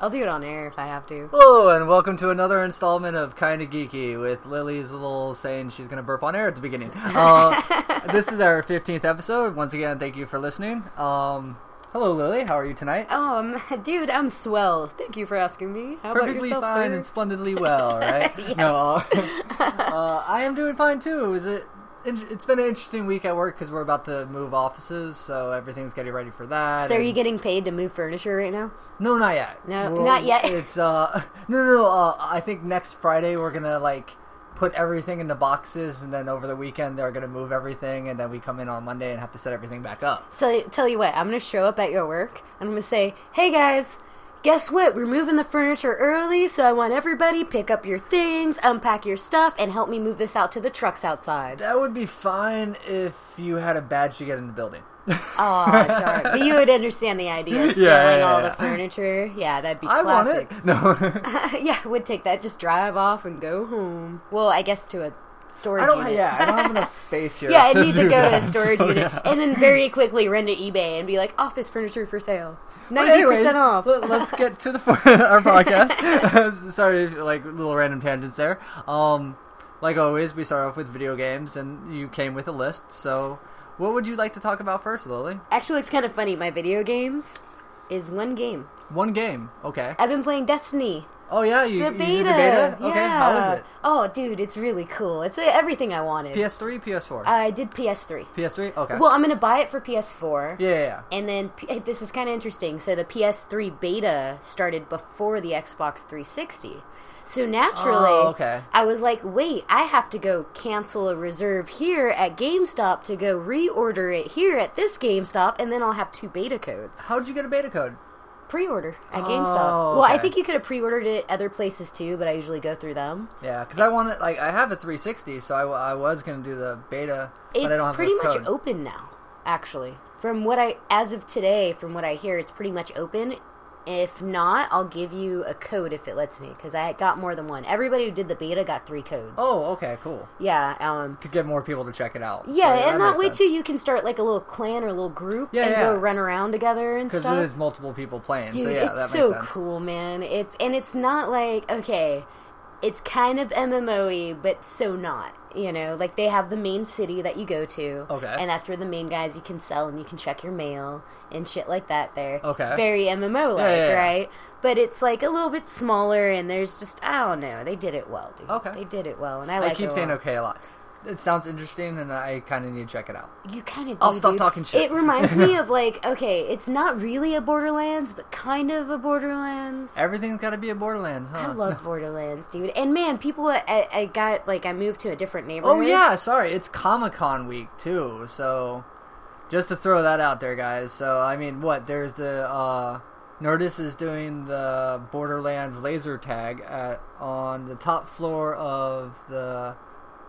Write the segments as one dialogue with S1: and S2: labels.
S1: I'll do it on air if I have to.
S2: Hello, and welcome to another installment of Kinda Geeky with Lily's little saying she's going to burp on air at the beginning. Uh, this is our 15th episode. Once again, thank you for listening. Um, hello, Lily. How are you tonight?
S1: Um, dude, I'm swell. Thank you for asking me. How
S2: Perfectly
S1: about yourself,
S2: fine
S1: sir?
S2: and splendidly well, right?
S1: Yes.
S2: No, uh, uh, I am doing fine too. Is it? it- It's been an interesting week at work because we're about to move offices, so everything's getting ready for that.
S1: so are
S2: and-
S1: you getting paid to move furniture right now?
S2: No, not yet.
S1: No, not yet.
S2: It's uh, no, no, no. Uh, I think next Friday we're gonna like put everything into boxes, and then over the weekend they're gonna move everything, and then we come in on Monday and have to set everything back up.
S1: So tell you what, I'm gonna show up at your work and I'm gonna say, "Hey guys, guess what? We're moving the furniture early, so I want everybody pick up your things, unpack your stuff, and help me move this out to the trucks outside."
S2: That would be fine if you had a badge to get in the building.
S1: Aw, darn. But you would understand the idea. of Stealing
S2: Yeah, yeah, yeah,
S1: all
S2: yeah.
S1: the furniture. Yeah, that'd be
S2: I want
S1: classic.
S2: it. No.
S1: yeah, I would take that. Just drive off and go home. Well, I guess to a storage
S2: I don't.
S1: unit.
S2: Yeah, I don't have enough space here.
S1: Yeah, I'd
S2: to
S1: need to
S2: do
S1: go to a
S2: that,
S1: storage
S2: so,
S1: unit
S2: yeah.
S1: and then very quickly run to eBay and be like, office furniture for sale. 90%
S2: Anyways,
S1: off.
S2: Let, us get to the our podcast. Sorry, like little random tangents there. Um, like always, we start off with video games, and you came with a list. So, what would you like to talk about first, Lily?
S1: Actually, it's kind of funny. My video games is one game.
S2: One game, okay.
S1: I've been playing Destiny.
S2: Oh yeah, you,
S1: The
S2: you
S1: beta.
S2: did the beta. Okay,
S1: yeah.
S2: how is it?
S1: Oh, dude, it's really cool. It's uh, everything I wanted.
S2: PS3, PS4,
S1: I did PS3.
S2: PS3. Okay.
S1: Uh, Well, I'm going to buy it for PS4.
S2: yeah, yeah, yeah.
S1: And then P- this is kind of interesting. So the PS3 beta started before the Xbox 360. So naturally,
S2: Oh, okay.
S1: I was like, wait, I have to go cancel a reserve here at GameStop to go reorder it here at this GameStop, and then I'll have two beta codes.
S2: How'd you get a beta code?
S1: Pre-order at
S2: Oh,
S1: GameStop. Well, I
S2: okay.
S1: think you could have pre-ordered it other places too, but I usually go through them.
S2: Yeah, because I want it. Like, I have a 360, so I, w- I was gonna do the beta, but I don't
S1: It's
S2: have
S1: pretty
S2: the
S1: much
S2: code.
S1: open now, actually. From what I, as of today, from what I hear, it's pretty much open. If not, I'll give you a code if it lets me, because I got more than one. Everybody who did the beta got three codes.
S2: Oh, okay, cool.
S1: Yeah, um,
S2: To get more people to check it out.
S1: yeah,
S2: So
S1: and that,
S2: makes
S1: way
S2: sense.
S1: too, you can start like a little clan or a little group
S2: Yeah,
S1: and
S2: yeah.
S1: go run around together and
S2: because
S1: stuff.
S2: it is multiple people playing.
S1: Dude,
S2: so yeah,
S1: it's
S2: that makes
S1: so
S2: sense.
S1: cool, man. It's and it's not like okay, it's kind of MMO-y, but so not. You know, like they have the main city that you go to,
S2: Okay.
S1: and that's where the main guys you can sell and you can check your mail and shit like that. There,
S2: Okay.
S1: very MMO like,
S2: Yeah, yeah, yeah.
S1: right? But it's like a little bit smaller, and there's just I don't know. They did it well, dude.
S2: Okay.
S1: they did it well, and I,
S2: I
S1: like.
S2: keep
S1: it a
S2: saying
S1: lot.
S2: okay a lot. It sounds interesting, and I kind of need to check it out.
S1: You kind of.
S2: I'll
S1: do,
S2: stop
S1: dude.
S2: talking shit.
S1: It reminds me of like okay, it's not really a Borderlands, but kind of a Borderlands.
S2: Everything's got to be a Borderlands, huh?
S1: I love Borderlands, dude. And man, people, I, I got like I moved to a different neighborhood.
S2: Oh yeah, sorry, it's Comic Con week too. So just to throw that out there, guys. So I mean, what there's the uh, Nerdist is doing the Borderlands laser tag at, on the top floor of the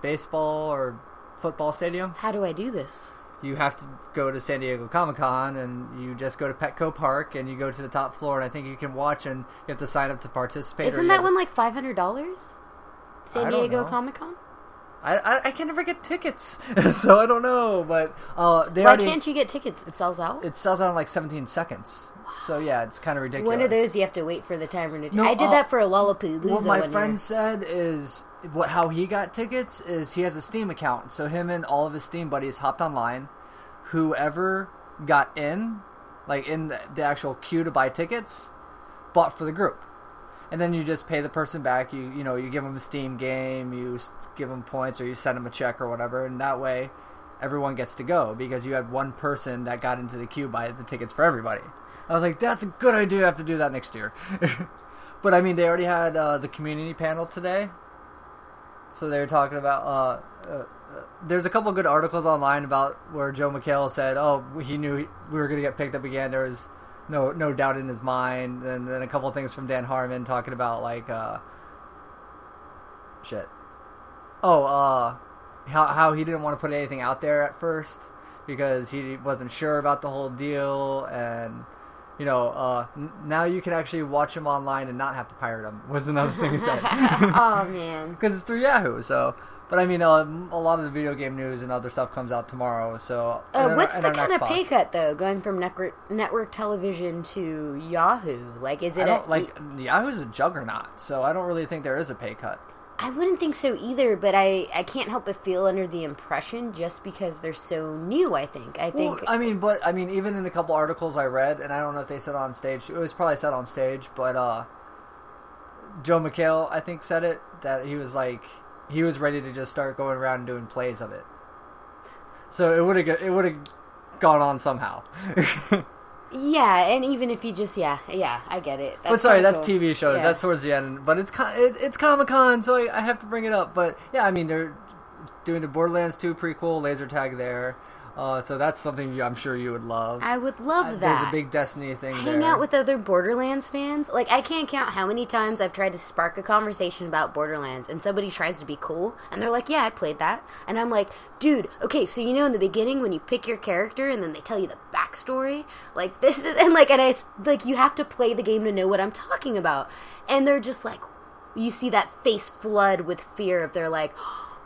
S2: baseball or football stadium.
S1: How do I do this?
S2: you have to go to San Diego Comic Con and you just go to Petco Park and you go to the top floor and I think you can watch and you have to sign up to participate. or
S1: Isn't
S2: you
S1: that
S2: have
S1: one like five hundred dollars?
S2: I
S1: San
S2: don't
S1: Diego
S2: know.
S1: Comic Con.
S2: to- I, I I can never get tickets, so I don't know. But uh, they
S1: Why
S2: already
S1: can't you get tickets? It sells out.
S2: it sells out in like 17 seconds. So yeah, it's kind of ridiculous.
S1: One of those you have to wait for the timer to.
S2: No,
S1: I did
S2: uh,
S1: that for a Lollapalooza.
S2: What my
S1: one
S2: friend
S1: year.
S2: said is what how he got tickets is he has a Steam account, so him and all of his Steam buddies hopped online. Whoever got in, like in the, the actual queue to buy tickets, bought for the group, and then you just pay the person back. You you know you give them a Steam game, you s- give them points, or you send them a check or whatever, and that way. Everyone gets to go because you had one person that got into the queue buy the tickets for everybody. I was like, that's a good idea. I have to do that next year. But I mean, they already had uh, the community panel today, so they were talking about. Uh, uh, uh, there's a couple good articles online about where Joe McHale said, "Oh, he knew he- we were going to get picked up again." There was no no doubt in his mind, and then a couple things from Dan Harmon talking about like uh, shit. Oh, uh, how how he didn't want to put anything out there at first because he wasn't sure about the whole deal, and you know, uh, n- now you can actually watch him online and not have to pirate him was another thing he said
S1: oh man,
S2: because it's through Yahoo. So, But I mean, uh, a lot of the video game news and other stuff comes out tomorrow. So
S1: Uh,
S2: and our-
S1: what's
S2: and
S1: the
S2: our
S1: kind of
S2: next
S1: pay
S2: boss.
S1: cut though, going from network network television to Yahoo? Like, is it
S2: I
S1: a, e,
S2: don't like Yahoo's a juggernaut, so I don't really think there is a pay cut.
S1: I wouldn't think so either, but I I can't help but feel under the impression just because they're so new. I think I
S2: Well,
S1: think
S2: I mean, but I mean, even in a couple articles I read, and I don't know if they said it on stage. It was probably said on stage, but uh, Joe McHale, I think, said it that he was like he was ready to just start going around and doing plays of it. So it would have it would have gone on somehow.
S1: yeah, and even if you just yeah yeah I get it.
S2: but sorry,
S1: kinda
S2: that's
S1: cool.
S2: TV shows.
S1: Yeah.
S2: That's towards the end. But it's con- it, it's Comic Con, so I, I have to bring it up. But yeah, I mean they're doing the Borderlands 2 prequel, laser tag there. Uh, so that's something you, I'm sure you would love.
S1: I would love
S2: Uh,
S1: that.
S2: There's a big Destiny thing.
S1: hang
S2: there.
S1: out with other Borderlands fans. Like I can't count how many times I've tried to spark a conversation about Borderlands and somebody tries to be cool and they're like, "Yeah, I played that." And I'm like, "Dude, okay, so you know in the beginning when you pick your character and then they tell you the backstory, like this is and like and I like you have to play the game to know what I'm talking about." And they're just like you see that face flood with fear if they're like,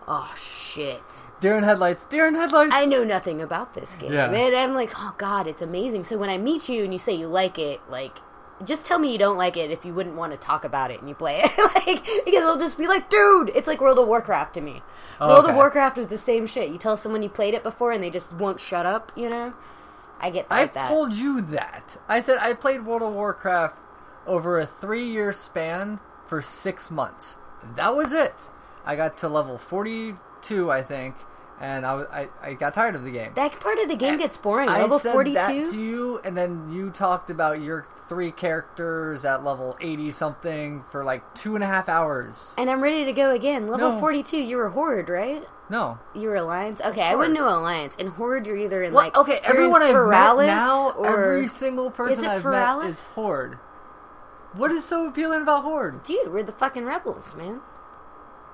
S1: "Oh shit."
S2: Deer in headlights. Deer in headlights.
S1: I know nothing about this game.
S2: Yeah.
S1: And I'm like, oh god, it's amazing. So when I meet you and you say you like it, like just tell me you don't like it if you wouldn't want to talk about it and you play it. like because I'll just be like, dude, it's like World of Warcraft to me.
S2: Oh,
S1: World of
S2: okay.
S1: Warcraft was the same shit. You tell someone you played it before and they just won't shut up, you know? I get like
S2: I've
S1: that.
S2: told you that. I said I played World of Warcraft over a three-year span for six months. That was it. I got to level 42, I think, and I, was- I, I got tired of the game.
S1: that part of the game gets boring.
S2: I
S1: Level
S2: said
S1: forty
S2: that to
S1: two.
S2: you, and then you talked about your three characters at level 80 something for like two and a half hours.
S1: And I'm ready to go again. Level
S2: No.
S1: forty two, you were horde, right?
S2: No,
S1: You were alliance. Okay, I wouldn't
S2: course.
S1: know alliance. In horde, you're either in
S2: Well,
S1: like
S2: okay,
S1: you're in
S2: everyone I've
S1: Feralis
S2: met now,
S1: or
S2: every single person
S1: it
S2: I've
S1: Feralis?
S2: met is Horde. What is so appealing about Horde?
S1: Dude, we're the fucking rebels, man.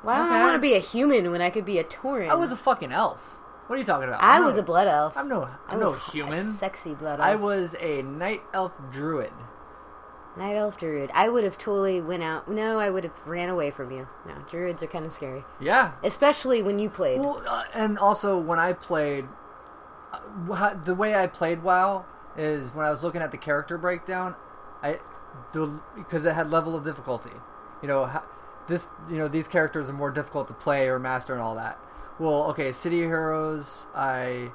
S1: Why would I
S2: Okay.
S1: want to be a human when I could be a Tauren?
S2: I was a fucking elf. What are you talking about?
S1: I
S2: I'm
S1: was
S2: no-
S1: a blood elf.
S2: I'm no.
S1: I
S2: I'm
S1: was
S2: no
S1: hot-
S2: human.
S1: sexy blood elf.
S2: I was a night elf druid.
S1: night elf druid. I would have totally went out. No, I would have ran away from you. No, druids are kind of scary,
S2: Yeah.
S1: especially when you played.
S2: Well, uh, and also when I played, uh, wha- the way I played WoW is when I was looking at the character breakdown, I the because it had level of difficulty. You know, ho- this you know these characters are more difficult to play or master and all that. Well, okay, City Heroes, I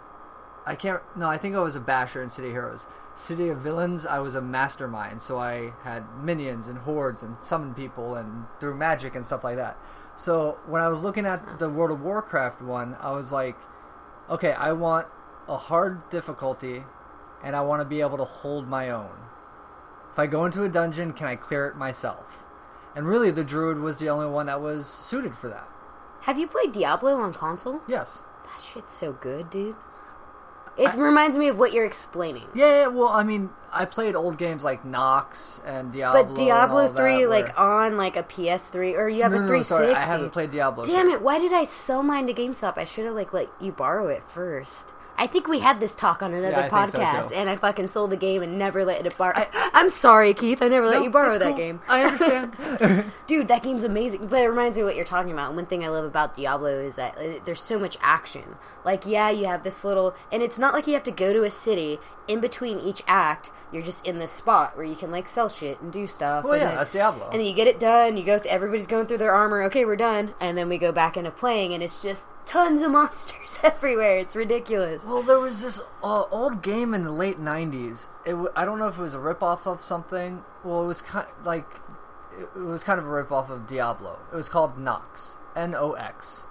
S2: I can't. No, I think I was a basher in City Heroes. City of Villains, I was a mastermind, so I had minions and hordes and summoned people and through magic and stuff like that. So when I was looking at the World of Warcraft one, I was like, okay, I want a hard difficulty, and I want to be able to hold my own. If I go into a dungeon, can I clear it myself? And really, the druid was the only one that was suited for that.
S1: Have you played Diablo on console?
S2: Yes.
S1: That shit's so good, dude. It reminds me of what you're explaining.
S2: Yeah, yeah, well, I mean, I played old games like Knox and Diablo.
S1: But
S2: and
S1: Diablo
S2: all that,
S1: three,
S2: where-
S1: like on like a PS3 or you have
S2: no,
S1: a
S2: no, no,
S1: 360.
S2: sorry, I haven't played Diablo.
S1: Damn
S2: 3.
S1: it! Why did I sell mine to GameStop? I should have like let you borrow it first. I think we had this talk on another
S2: Yeah, I think so,
S1: podcast,
S2: too.
S1: and I fucking sold the game and never let it borrow. I'm sorry, Keith. I never let you borrow
S2: it's
S1: that
S2: cool.
S1: game,
S2: I understand.
S1: dude. That game's amazing. But it reminds me of what you're talking about. And one thing I love about Diablo is that uh, there's so much action. Like, yeah, you have this little, and it's not like you have to go to a city in between each act. You're just in this spot where you can like sell shit and do stuff.
S2: well,
S1: and
S2: Oh, yeah,
S1: then-
S2: that's Diablo.
S1: and then you get it done. You go. Through, everybody's going through their armor. Okay, we're done. And then we go back into playing, and it's just tons of monsters everywhere. It's ridiculous.
S2: Well, there was this uh, old game in the late '90s. It w- I don't know if it was a ripoff of something. Well, it was kind like it, it was kind of a ripoff of Diablo. It was called Nox, N-O-X,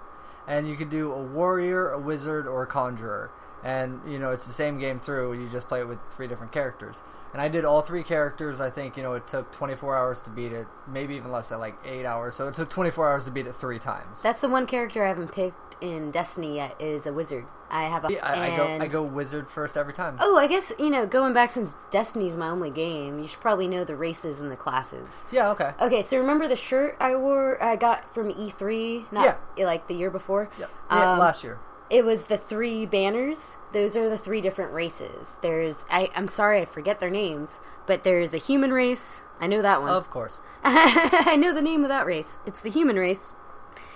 S2: and you could do a warrior, a wizard, or a conjurer. And you know, it's the same game through. You just play it with three different characters. And I did all three characters. I think you know it took 24 hours to beat it, maybe even less, at like eight hours. So it took 24 hours to beat it three times.
S1: That's the one character I haven't picked in Destiny yet. Is a wizard. I have a.
S2: Yeah, I, I go
S1: and-
S2: I go wizard first every time.
S1: Oh, I guess you know. Going back since Destiny's my only game, you should probably know the races and the classes.
S2: Yeah, okay.
S1: Okay, so remember the shirt I wore? I got from E3, not like the year before.
S2: Yeah, yeah
S1: Um,
S2: last year.
S1: It was the three banners. Those are the three different races. There's I, I'm sorry I forget their names, but there's a human race. I know that one.
S2: Of course.
S1: I know the name of that race. It's the human race.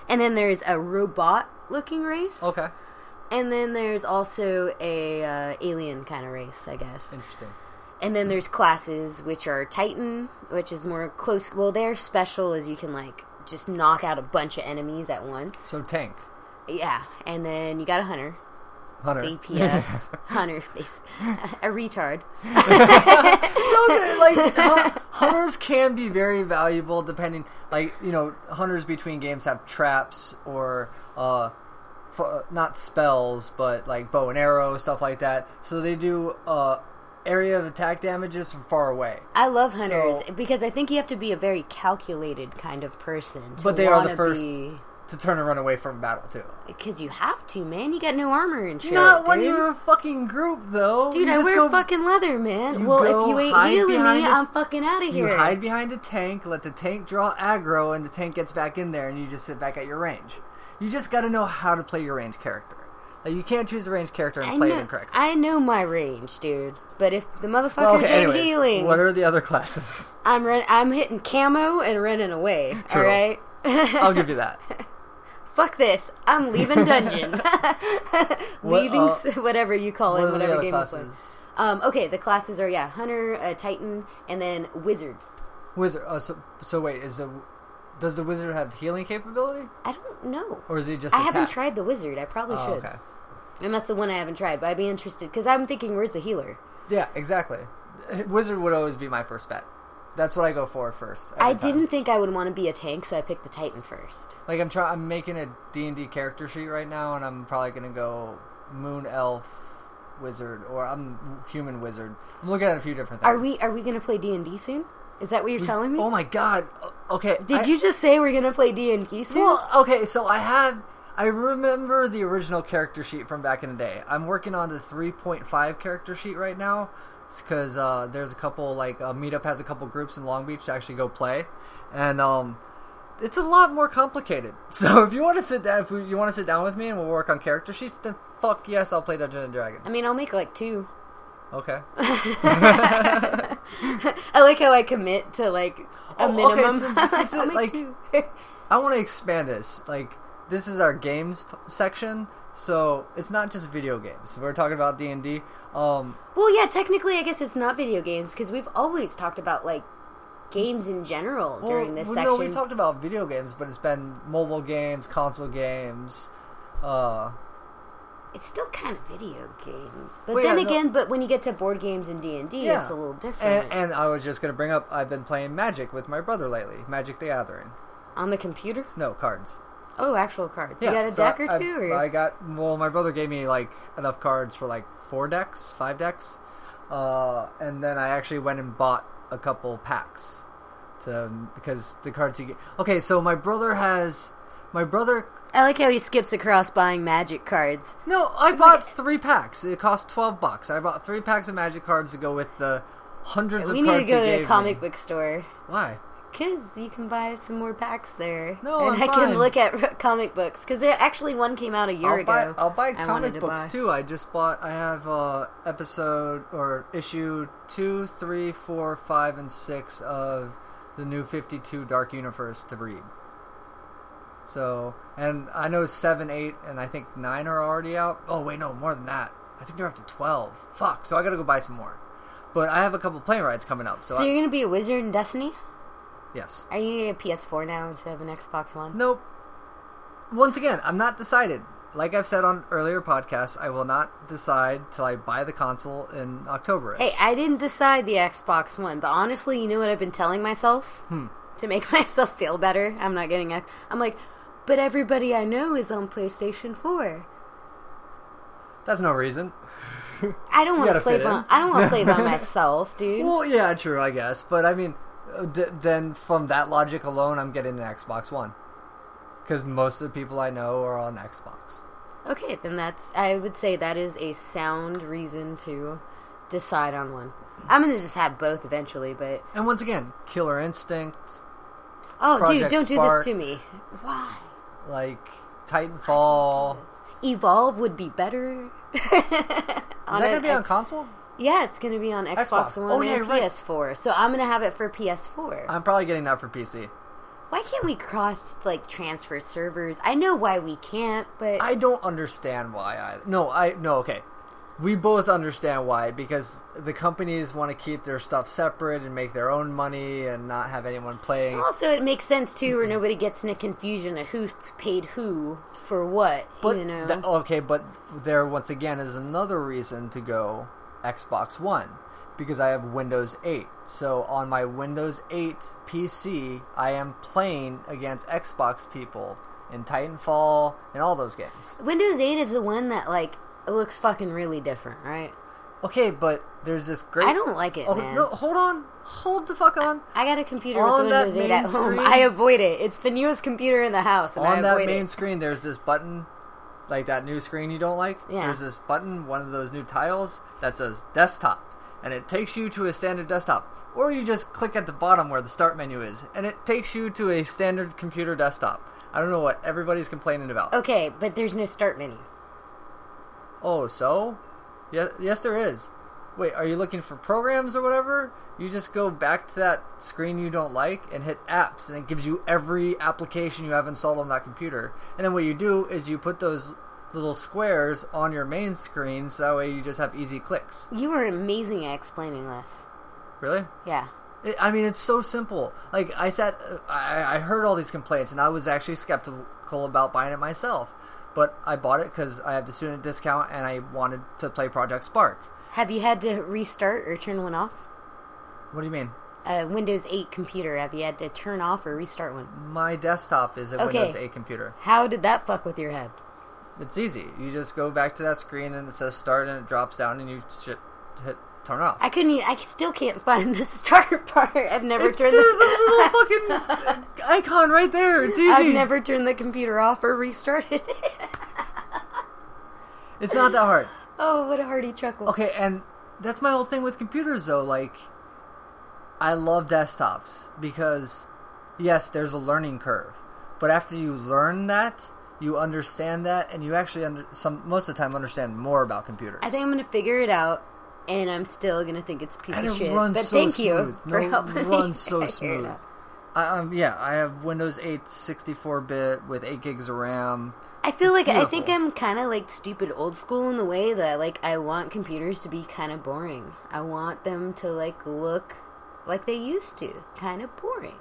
S1: And then there's a robot looking race.
S2: Okay.
S1: And then there's also a uh, alien kind of race, I guess.
S2: Interesting.
S1: And then there's classes which are Titan, which is more close. Well, they're special as you can like just knock out a bunch of enemies at once.
S2: So tank.
S1: Yeah, and then you got a hunter,
S2: Hunter.
S1: DPS, hunter, base, a retard.
S2: No, like hu- hunters can be very valuable depending like you know hunters between games have traps or uh f- not spells but like bow and arrow stuff like that so they do uh area of attack damages from far away
S1: I love hunters
S2: So-
S1: because I think you have to be a very calculated kind of person. To
S2: But they are the
S1: wanna
S2: first-
S1: be-
S2: to turn and run away from battle too
S1: Because you have to, man. You got no armor and shit.
S2: not when
S1: dude.
S2: you're a fucking group though
S1: Dude,
S2: You
S1: I
S2: just
S1: wear
S2: go-
S1: fucking leather, man.
S2: you
S1: Well,
S2: go
S1: if you ain't
S2: hide
S1: healing me,
S2: behind a-
S1: I'm fucking out of
S2: you
S1: here.
S2: hide behind a tank, let the tank draw aggro, and the tank gets back in there, and you just sit back at your range. You just got to know how to play your range character. Like you can't choose a range character and
S1: I
S2: play
S1: know,
S2: it incorrectly.
S1: I know my range, dude. But if the
S2: Well,
S1: motherfuckers ain't
S2: anyways,
S1: healing,
S2: what are the other classes?
S1: I'm run- I'm hitting camo and running away.
S2: True.
S1: All right.
S2: I'll give you that.
S1: Fuck this. I'm leaving dungeon.
S2: What,
S1: leaving
S2: uh,
S1: s whatever you call
S2: What
S1: it,
S2: are the
S1: whatever
S2: other
S1: game you
S2: classes?
S1: play. Um, okay, the classes are yeah, hunter, uh, titan, and then wizard.
S2: Wizard. Oh, so, so wait, is the does the wizard have healing capability,
S1: I don't know.
S2: or is he just?
S1: I haven't
S2: attack?
S1: tried the wizard. I probably
S2: Oh,
S1: should.
S2: okay.
S1: And that's the one I haven't tried, but I'd be interested because I'm thinking, where's the healer?
S2: Yeah, exactly. Wizard would always be my first bet. That's what I go for first. every
S1: I
S2: time.
S1: didn't think I would want to be a tank, so I picked the Titan first.
S2: Like I'm trying, I'm making a D and D character sheet right now, and I'm probably gonna go Moon Elf Wizard, or I'm Human Wizard. I'm looking at a few different things.
S1: Are we are we gonna play D and D soon? Is that what you're telling me?
S2: Oh my God! O- Okay.
S1: Did
S2: I-
S1: you just say we're gonna play D and D soon?
S2: Well, okay. So I have. I remember the original character sheet from back in the day. I'm working on the 3.5 character sheet right now because uh, there's a couple like uh, meetup has a couple groups in Long Beach to actually go play, and um, it's a lot more complicated. So if you want to sit down, if you want to sit down with me and we'll work on character sheets, then fuck yes, I'll play Dungeon and Dragon.
S1: I mean, I'll make like two.
S2: Okay.
S1: I like how I commit to like a
S2: Oh, okay,
S1: minimum.
S2: so this is
S1: I'll
S2: it,
S1: make
S2: like-
S1: two.
S2: I want to expand this. Like, this is our games p- section, so it's not just video games. We're talking about D and D. Um,
S1: well, yeah, technically, I guess it's not video games because we've always talked about like games in general during this
S2: well,
S1: section.
S2: No, we talked about video games, but it's been mobile games, console games. Uh,
S1: it's still kind of video games, but
S2: Well, yeah,
S1: then
S2: no-
S1: again, but when you get to board games and D and D,
S2: Yeah.
S1: it's a little different
S2: and, and I was just gonna bring up, I've been playing Magic with my brother lately. Magic the Gathering.
S1: on the computer.
S2: No cards.
S1: Oh, actual cards.
S2: Yeah,
S1: you got a
S2: so
S1: deck
S2: I-
S1: or two?
S2: I,
S1: or...
S2: I got. Well, my brother gave me like enough cards for like four decks, five decks, uh, and then I actually went and bought a couple packs to because the cards he. ga- Okay, so my brother has. My brother
S1: I like how he skips across buying magic cards.
S2: No, I bought three packs. It cost twelve bucks. I bought three packs of magic cards to go with the hundreds
S1: we
S2: of
S1: need to
S2: cards
S1: go
S2: he
S1: to a
S2: gave
S1: comic
S2: me.
S1: book store
S2: Why?
S1: because you can buy some more packs there,
S2: No,
S1: and
S2: I'm
S1: I
S2: fine.
S1: can look at comic books because there actually one came out a year
S2: I'll
S1: ago.
S2: buy, I'll buy
S1: I wanted
S2: comic
S1: to
S2: books
S1: buy.
S2: too. I just bought. I have uh, episode or issue two, three, four, five, and six of the new Fifty Two Dark Universe to read. So, and I know seven, eight, and I think nine are already out. Oh wait, no, more than that. I think they're up to twelve. Fuck. So I gotta go buy some more. But I have a couple plane rides coming up. So,
S1: So
S2: I,
S1: you're gonna be a wizard in Destiny?
S2: yes.
S1: Are you gonna get a PS4 now instead of an Xbox One?
S2: Nope. Once again, I'm not decided. Like I've said on earlier podcasts, I will not decide till I buy the console in October.
S1: Hey, I didn't decide the Xbox One, but honestly, you know what I've been telling myself
S2: Hmm.
S1: to make myself feel better. I'm not getting it. I'm like, but everybody I know is on PlayStation 4.
S2: That's no reason.
S1: I don't want to
S2: gotta
S1: play
S2: fit in.
S1: by. I don't want to play by myself, dude.
S2: Well, yeah, true, I guess. But I mean, uh, d- then from that logic alone, I'm getting an Xbox One because most of the people I know are on Xbox.
S1: Okay, then that's. I would say that is a sound reason to decide on one. I'm gonna just have both eventually, but
S2: And once again, Killer Instinct,
S1: oh, dude,
S2: Project
S1: don't
S2: Spark.
S1: do this to me. Why?
S2: like Titanfall. Is
S1: Evolve would be better.
S2: that
S1: On
S2: gonna
S1: an
S2: be on
S1: X-
S2: console?
S1: yeah, it's gonna be on Xbox,
S2: Xbox.
S1: One
S2: Oh, yeah,
S1: and
S2: right.
S1: PS4. So I'm gonna have it for PS4.
S2: I'm probably getting that for PC.
S1: Why can't we cross like transfer servers? I know why we can't, but
S2: I don't understand why. I no, I no. Okay, we both understand why because the companies want to keep their stuff separate and make their own money and not have anyone playing.
S1: also it makes sense too, where nobody gets in a confusion of who paid who for what.
S2: But
S1: you know,
S2: th- okay, but there once again is another reason to go Xbox One because I have Windows 8. So on my Windows 8 PC, I am playing against Xbox people in Titanfall and all those games.
S1: Windows 8 is the one that like looks fucking really different, right?
S2: Okay, but there's this great.
S1: I don't like it,
S2: Oh,
S1: man.
S2: no, hold on, hold the fuck on.
S1: I got a computer
S2: On
S1: with
S2: that
S1: Windows 8
S2: main
S1: at home.
S2: screen-
S1: I avoid it. It's the newest computer in the house, and I
S2: on that
S1: avoid
S2: main
S1: it.
S2: screen there's this button like that new screen you don't like
S1: Yeah.
S2: there's this button one of those new tiles that says desktop and it takes you to a standard desktop or you just click at the bottom where the start menu is and it takes you to a standard computer desktop i don't know what everybody's complaining about
S1: Okay, but there's no start menu.
S2: oh so yeah, yes there is wait are you looking for programs or whatever you just go back to that screen you don't like and hit apps and it gives you every application you have installed on that computer and then what you do is you put those little squares on your main screen so that way you just have easy clicks
S1: You were amazing at explaining this.
S2: really
S1: Yeah.
S2: it, i mean it's so simple like i sat I, I heard all these complaints and i was actually skeptical about buying it myself but i bought it because i have the student discount and i wanted to play project spark
S1: Have you had to restart or turn one off?
S2: what do you mean
S1: A Windows 8 computer, have you had to turn off or restart one?
S2: My desktop is a
S1: Okay.
S2: Windows 8 computer.
S1: How did that fuck with your head?
S2: It's easy. You just go back to that screen and it says start and it drops down and you sh- hit turn off.
S1: I couldn't. e- I still can't find the start part. I've never
S2: There's
S1: turned.
S2: a
S1: The,
S2: little fucking uh, icon right there. It's easy.
S1: I've never turned the computer off or restarted it.
S2: It's not that hard.
S1: oh, what a hearty chuckle!
S2: Okay, and that's my whole thing with computers though. Like, I love desktops because, yes, there's a learning curve, but after you learn that, you understand that, and you actually under some most of the time understand more about computers.
S1: I think I'm gonna figure it out, and I'm still gonna think it's a piece
S2: and
S1: of
S2: it
S1: shit.
S2: runs
S1: But
S2: so
S1: thank
S2: smooth.
S1: you for
S2: no,
S1: helping
S2: it
S1: me
S2: runs
S1: figure
S2: so
S1: it
S2: smooth.
S1: out.
S2: I, um, yeah, I have Windows 8 64-bit with 8 gigs of RAM.
S1: I feel like
S2: It's
S1: I think
S2: beautiful.
S1: I'm kind of like stupid old school in the way that like I want computers to be kind of boring. I want them to like look like they used to, kind of boring.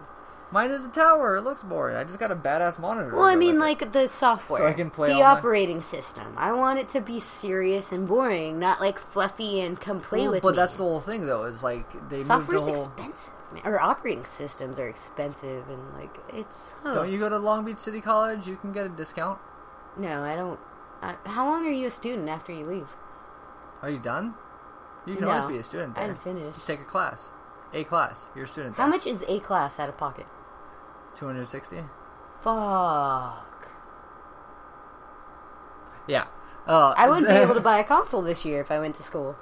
S2: Mine is a tower. It looks boring. I just got a badass monitor.
S1: Well,
S2: to
S1: I
S2: go
S1: mean,
S2: with it.
S1: like the software,
S2: So I can play
S1: the
S2: all my-
S1: operating system. I want it to be serious and boring, not like fluffy and come play
S2: Well,
S1: with
S2: but
S1: me.
S2: that's the whole thing, though. Is like they
S1: software's
S2: moved the whole.
S1: expensive, man. or operating systems are expensive, and like it's. Oh,
S2: Don't you go to Long Beach City College? You can get a discount.
S1: No, I don't. I, how long are you a student after you leave?
S2: Are you done? You can
S1: No,
S2: always be a student there.
S1: I'm finished.
S2: Just take a class. A class. You're a student
S1: How
S2: there.
S1: much is a class out of pocket?
S2: Two hundred sixty.
S1: Fuck.
S2: Yeah. Uh,
S1: I wouldn't be able to buy a console this year if I went to school.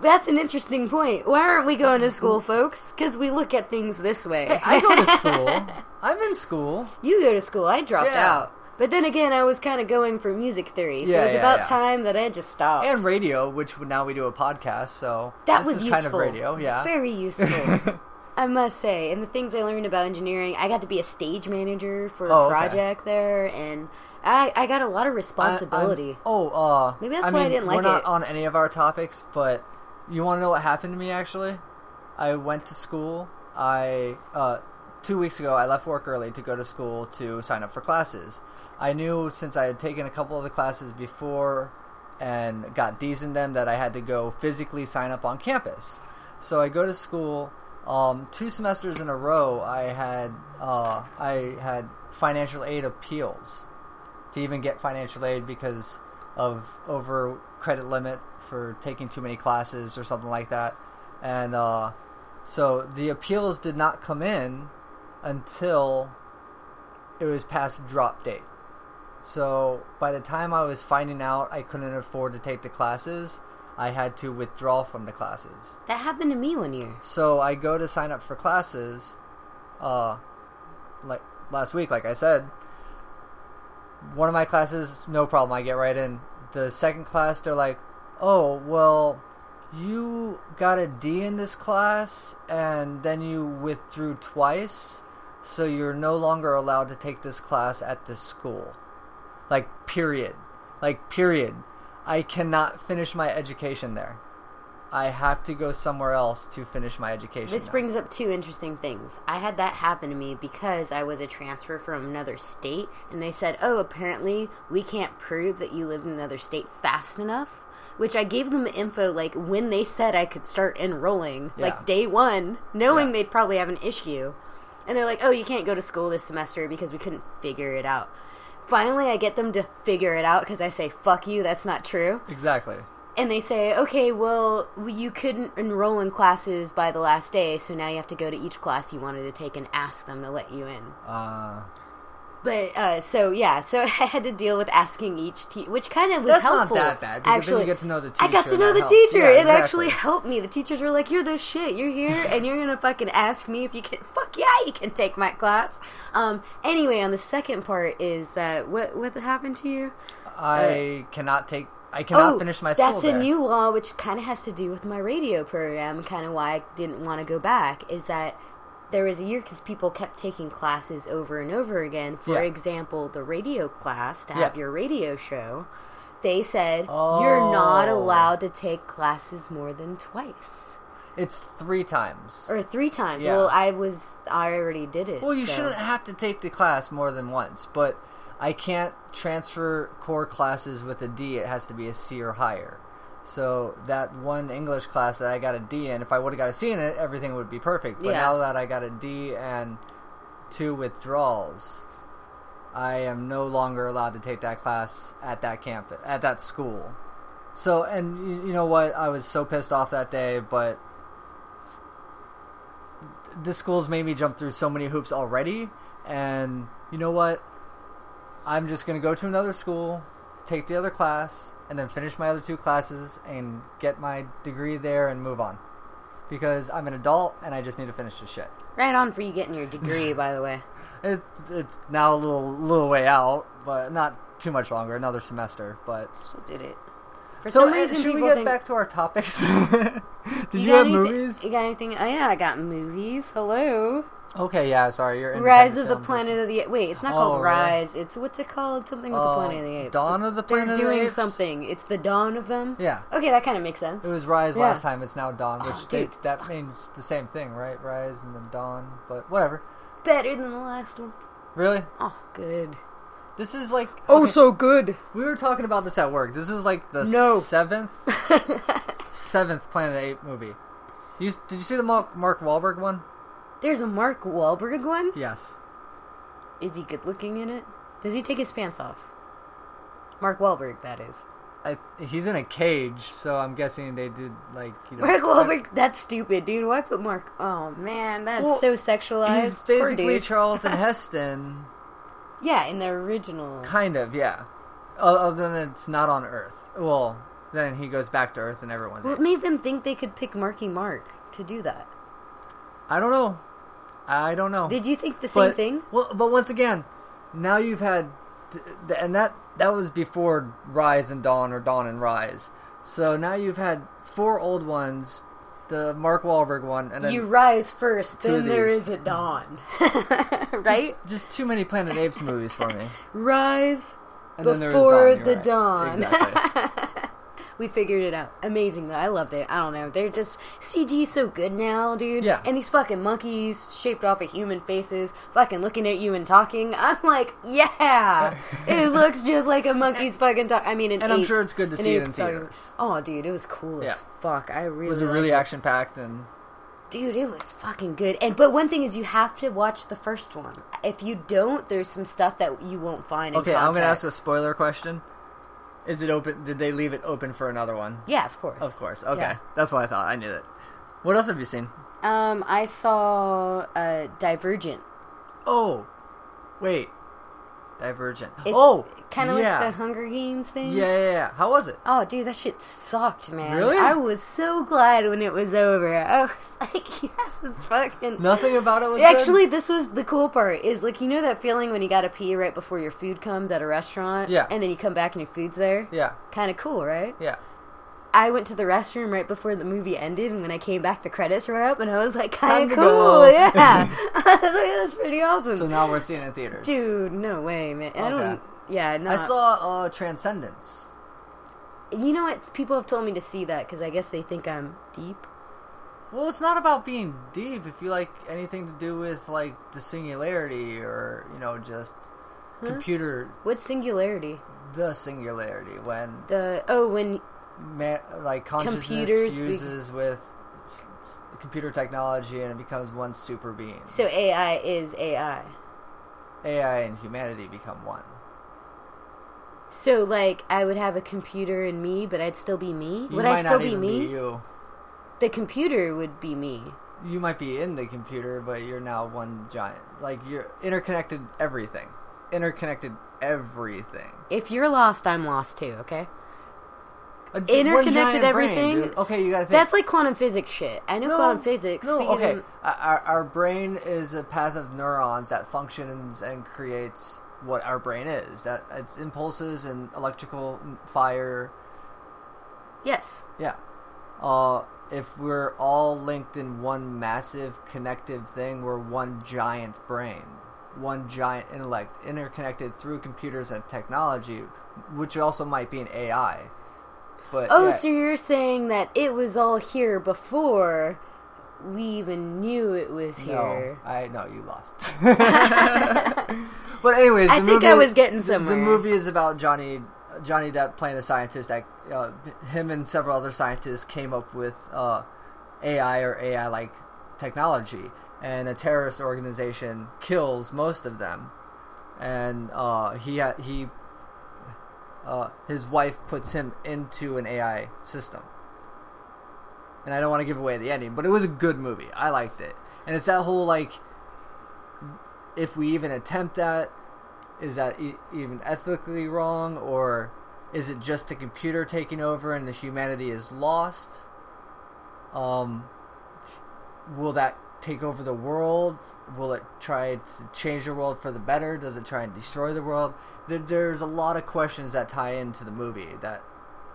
S1: That's an interesting point. Why aren't we going to school, folks? Because we look at things this way.
S2: I go to school. I'm in school.
S1: You go to school. I dropped
S2: Yeah.
S1: out. But then again, I was kind of going for music theory, so
S2: Yeah,
S1: it was
S2: yeah,
S1: about
S2: yeah.
S1: time that I just stopped.
S2: and radio, which now we do a podcast, so
S1: that
S2: this
S1: was
S2: is
S1: useful.
S2: kind of radio, yeah.
S1: Very useful. I must say, and the things I learned about engineering, I got to be a stage manager for
S2: Oh,
S1: a
S2: okay.
S1: project there, and I, I got a lot of
S2: I- I'm-
S1: responsibility.
S2: oh, uh,
S1: Maybe that's
S2: I
S1: why I
S2: mean,
S1: didn't
S2: We're
S1: like
S2: not
S1: it.
S2: on any of our topics, but you want to know what happened to me? Actually, I went to school. I uh, two weeks ago, I left work early to go to school to sign up for classes. I knew since I had taken a couple of the classes before and got D's in them that I had to go physically sign up on campus. So I go to school. Um, two semesters in a row, I had uh, I had financial aid appeals to even get financial aid because of over credit limit for taking too many classes or something like that. And uh, so the appeals did not come in until it was past drop date. So by the time I was finding out I couldn't afford to take the classes, I had to withdraw from the classes.
S1: that happened to me one year.
S2: So I go to sign up for classes, uh, like last week, like I said. One of my classes, no problem, I get right in. The second class, they're like, "Oh, well, you got a D in this class, and then you withdrew twice, so you're no longer allowed to take this class at this school. Like, period. Like, period. I cannot finish my education there. I have to go somewhere else to finish my education.
S1: This
S2: now.
S1: brings up two interesting things. I had that happen to me because I was a transfer from another state, and they said, oh, apparently we can't prove that you lived in another state fast enough. Which I gave them info like when they said I could start enrolling,
S2: Yeah.
S1: like day one, knowing
S2: Yeah.
S1: they'd probably have an issue. And they're like, oh, you can't go to school this semester because we couldn't figure it out. Finally, I get them to figure it out because I say, fuck you, that's not true
S2: exactly.
S1: and they say, okay, well, you couldn't enroll in classes by the last day, so now you have to go to each class you wanted to take and ask them to let you in.
S2: Uh,
S1: But uh, so yeah, so I had to deal with asking each teacher, which kind of was
S2: That's not
S1: helpful.
S2: that bad, because then you get to know the
S1: I got
S2: teacher,
S1: to know
S2: and
S1: the
S2: that helps.
S1: teacher.
S2: Yeah,
S1: It actually
S2: exactly.
S1: helped me. The teachers were like, "You're the shit. You're here, and you're gonna fucking ask me if you can. Fuck yeah, you can take my class." Um. Anyway, on the second part is that what what happened to you?
S2: I cannot take. I cannot
S1: Uh, Oh,
S2: finish my school
S1: That's
S2: there.
S1: a new law, which kind of has to do with my radio program. Kind of why I didn't want to go back is that there was a year because people kept taking classes over and over again. For
S2: Yeah.
S1: example, the radio class to
S2: Yeah.
S1: have your radio show, they said you're not
S2: Oh.
S1: allowed to take classes more than twice
S2: It's three times.
S1: or three times.
S2: Yeah.
S1: Well, I was I already did it.
S2: Well, you
S1: so-
S2: shouldn't have to take the class more than once, but I can't transfer core classes with a D. It has to be a C or higher. So that one English class that I got a D in, if I would have got a C in it, everything would be perfect. But
S1: Yeah.
S2: now that I got a D and two withdrawals, I am no longer allowed to take that class at that camp at that school. So and you, you know what? I was so pissed off that day, but this school's made me jump through so many hoops already, and you know what? I'm just gonna go to another school, take the other class, and then finish my other two classes and get my degree there and move on. Because I'm an adult and I just need to finish this shit.
S1: Right on for you getting your degree, by the way.
S2: It, it's now a little little way out, but not too much longer. Another semester, but
S1: Still did it. For
S2: so
S1: some
S2: eh,
S1: reason,
S2: should we
S1: people
S2: get
S1: think
S2: back to our topics? Did you,
S1: got
S2: have
S1: anything-
S2: movies?
S1: You got anything? Oh yeah, I got movies. Hello,
S2: Okay, yeah. Sorry, you're
S1: Rise of the Planet of the A- Wait, it's not
S2: Oh,
S1: called
S2: really?
S1: Rise. It's what's it called? Something with
S2: Uh,
S1: the Planet of the Apes.
S2: Dawn of the Planet
S1: They're
S2: of the
S1: doing
S2: Apes?
S1: something. It's the dawn of them.
S2: Yeah.
S1: Okay, that kind of makes sense.
S2: It was Rise
S1: Yeah.
S2: last time. It's now Dawn, which
S1: Oh,
S2: they,
S1: dude,
S2: that means the same thing, right? Rise and then Dawn, but whatever.
S1: Better than the last one.
S2: Really,
S1: Oh, good.
S2: this is like
S1: Oh,
S2: okay,
S1: so good.
S2: we were talking about this at work. This is like the
S1: No.
S2: seventh seventh Planet of the Ape movie. You, s- did you see the Mark, Mark Wahlberg one?
S1: There's a Mark Wahlberg one.
S2: Yes.
S1: Is he good looking in it? Does he take his pants off? Mark Wahlberg, that is.
S2: I, he's in a cage, so I'm guessing they did like you know.
S1: Mark Wahlberg, that's stupid, dude. Why put Mark? Oh man, that's
S2: Well,
S1: so sexualized.
S2: He's
S1: Poor
S2: basically
S1: dude.
S2: Charlton Heston,
S1: Yeah, in the original.
S2: kind of, yeah. O- Other than it's not on Earth. Well, then he goes back to Earth and everyone's.
S1: What
S2: apes.
S1: made them think they could pick Marky Mark to do that?
S2: I don't know. I don't know.
S1: Did you think the same
S2: but,
S1: thing?
S2: Well, but once again, now you've had, d- d- and that that was before Rise and Dawn or Dawn and Rise. So now you've had four old ones, the Mark Wahlberg one, and then
S1: You rise first,
S2: Two of
S1: then there
S2: these.
S1: is a dawn.
S2: just,
S1: right?
S2: just too many Planet Apes movies for me.
S1: Rise
S2: And then there is Dawn,
S1: before
S2: you're
S1: the
S2: right.
S1: dawn.
S2: Exactly.
S1: We figured it out. Amazing though. I loved it. I don't know. They're just CG's so good now, dude.
S2: Yeah.
S1: And these fucking monkeys shaped off of human faces, fucking looking at you and talking. I'm like, yeah, it looks just like a monkey's fucking talk. I mean, an
S2: And I'm
S1: ape-
S2: sure it's good to
S1: an
S2: see it in
S1: ape's talking.
S2: theaters.
S1: Oh, dude, it was cool
S2: Yeah.
S1: as fuck. I really
S2: It was a
S1: liked
S2: really
S1: it.
S2: action packed and
S1: Dude, it was fucking good. And but one thing is, you have to watch the first one. If you don't, there's some stuff that you won't find.
S2: okay.
S1: in
S2: I'm gonna ask
S1: context.
S2: a spoiler question. Is it open? Did they leave it open for another one?
S1: Yeah, of course.
S2: Of course. Okay,
S1: Yeah.
S2: that's what I thought. I knew it. What else have you seen?
S1: Um, I saw uh, Divergent.
S2: Oh, wait. Divergent.
S1: It's
S2: oh,
S1: kind of
S2: yeah.
S1: like the Hunger Games thing.
S2: Yeah, yeah, yeah. How was it?
S1: Oh, dude, that shit sucked, man.
S2: Really?
S1: I was so glad when it was over. I was like, yes, it's fucking.
S2: Nothing about it was
S1: Actually, this was the cool part. Is like you know that feeling when you gotta pee right before your food comes at a restaurant.
S2: Yeah.
S1: And then you come back and your food's there.
S2: Good? Yeah,
S1: Kind of cool, right?
S2: yeah.
S1: I went to the restroom right before the movie ended, and when I came back, the credits were up, and I was like, kind
S2: Time to
S1: of
S2: go."
S1: cool, yeah. I was like, that's pretty awesome.
S2: So now we're seeing it in theaters.
S1: Dude, no way, man. I
S2: Okay.
S1: don't. Yeah, no.
S2: I saw uh, Transcendence.
S1: You know what? People have told me to see that because I guess they think I'm deep.
S2: Well, it's not about being deep. If you like anything to do with like the singularity or you know just computer
S1: What's singularity?
S2: the singularity when
S1: The oh, when
S2: ma- like consciousness
S1: Computers be-
S2: fuses with s- s- computer technology and it becomes one super being.
S1: so AI is AI.
S2: AI and humanity become one.
S1: So like, I would have a computer and me, but I'd still be me.
S2: You
S1: would
S2: might
S1: I still
S2: not
S1: be
S2: even
S1: me?
S2: Be you.
S1: the computer would be me.
S2: you might be in the computer, but you're now one giant. Like you're interconnected everything, interconnected everything.
S1: If you're lost, I'm lost too. Okay.
S2: A gi- one
S1: Interconnected
S2: giant brain,
S1: everything?
S2: dude. okay, you gotta think.
S1: That's like quantum physics shit. I know quantum physics.
S2: No,
S1: speaking
S2: okay.
S1: of-
S2: Our- Our, our brain is a path of neurons that functions and creates what our brain is. That it's impulses and electrical mm, fire.
S1: yes.
S2: Yeah. Uh, if we're all linked in one massive connective thing, we're one giant brain, one giant intellect, interconnected through computers and technology, which also might be an AI. But
S1: Oh,
S2: yeah,
S1: so you're saying that it was all here before we even knew it was
S2: no,
S1: here.
S2: I no, you lost. but anyways,
S1: I
S2: the
S1: think
S2: movie,
S1: I was getting somewhere.
S2: The movie is about Johnny Johnny Depp playing a scientist. That uh, him and several other scientists came up with uh, AI or AI like technology, and a terrorist organization kills most of them, and uh, he ha- he uh, his wife puts him into an AI system. And I don't want to give away the ending, but it was a good movie. I liked it, and it's that whole like, if we even attempt that, is that e- even ethically wrong or is it just the computer taking over and the humanity is lost um will that take over the world will it try to change the world for the better does it try and destroy the world There- there's a lot of questions that tie into the movie that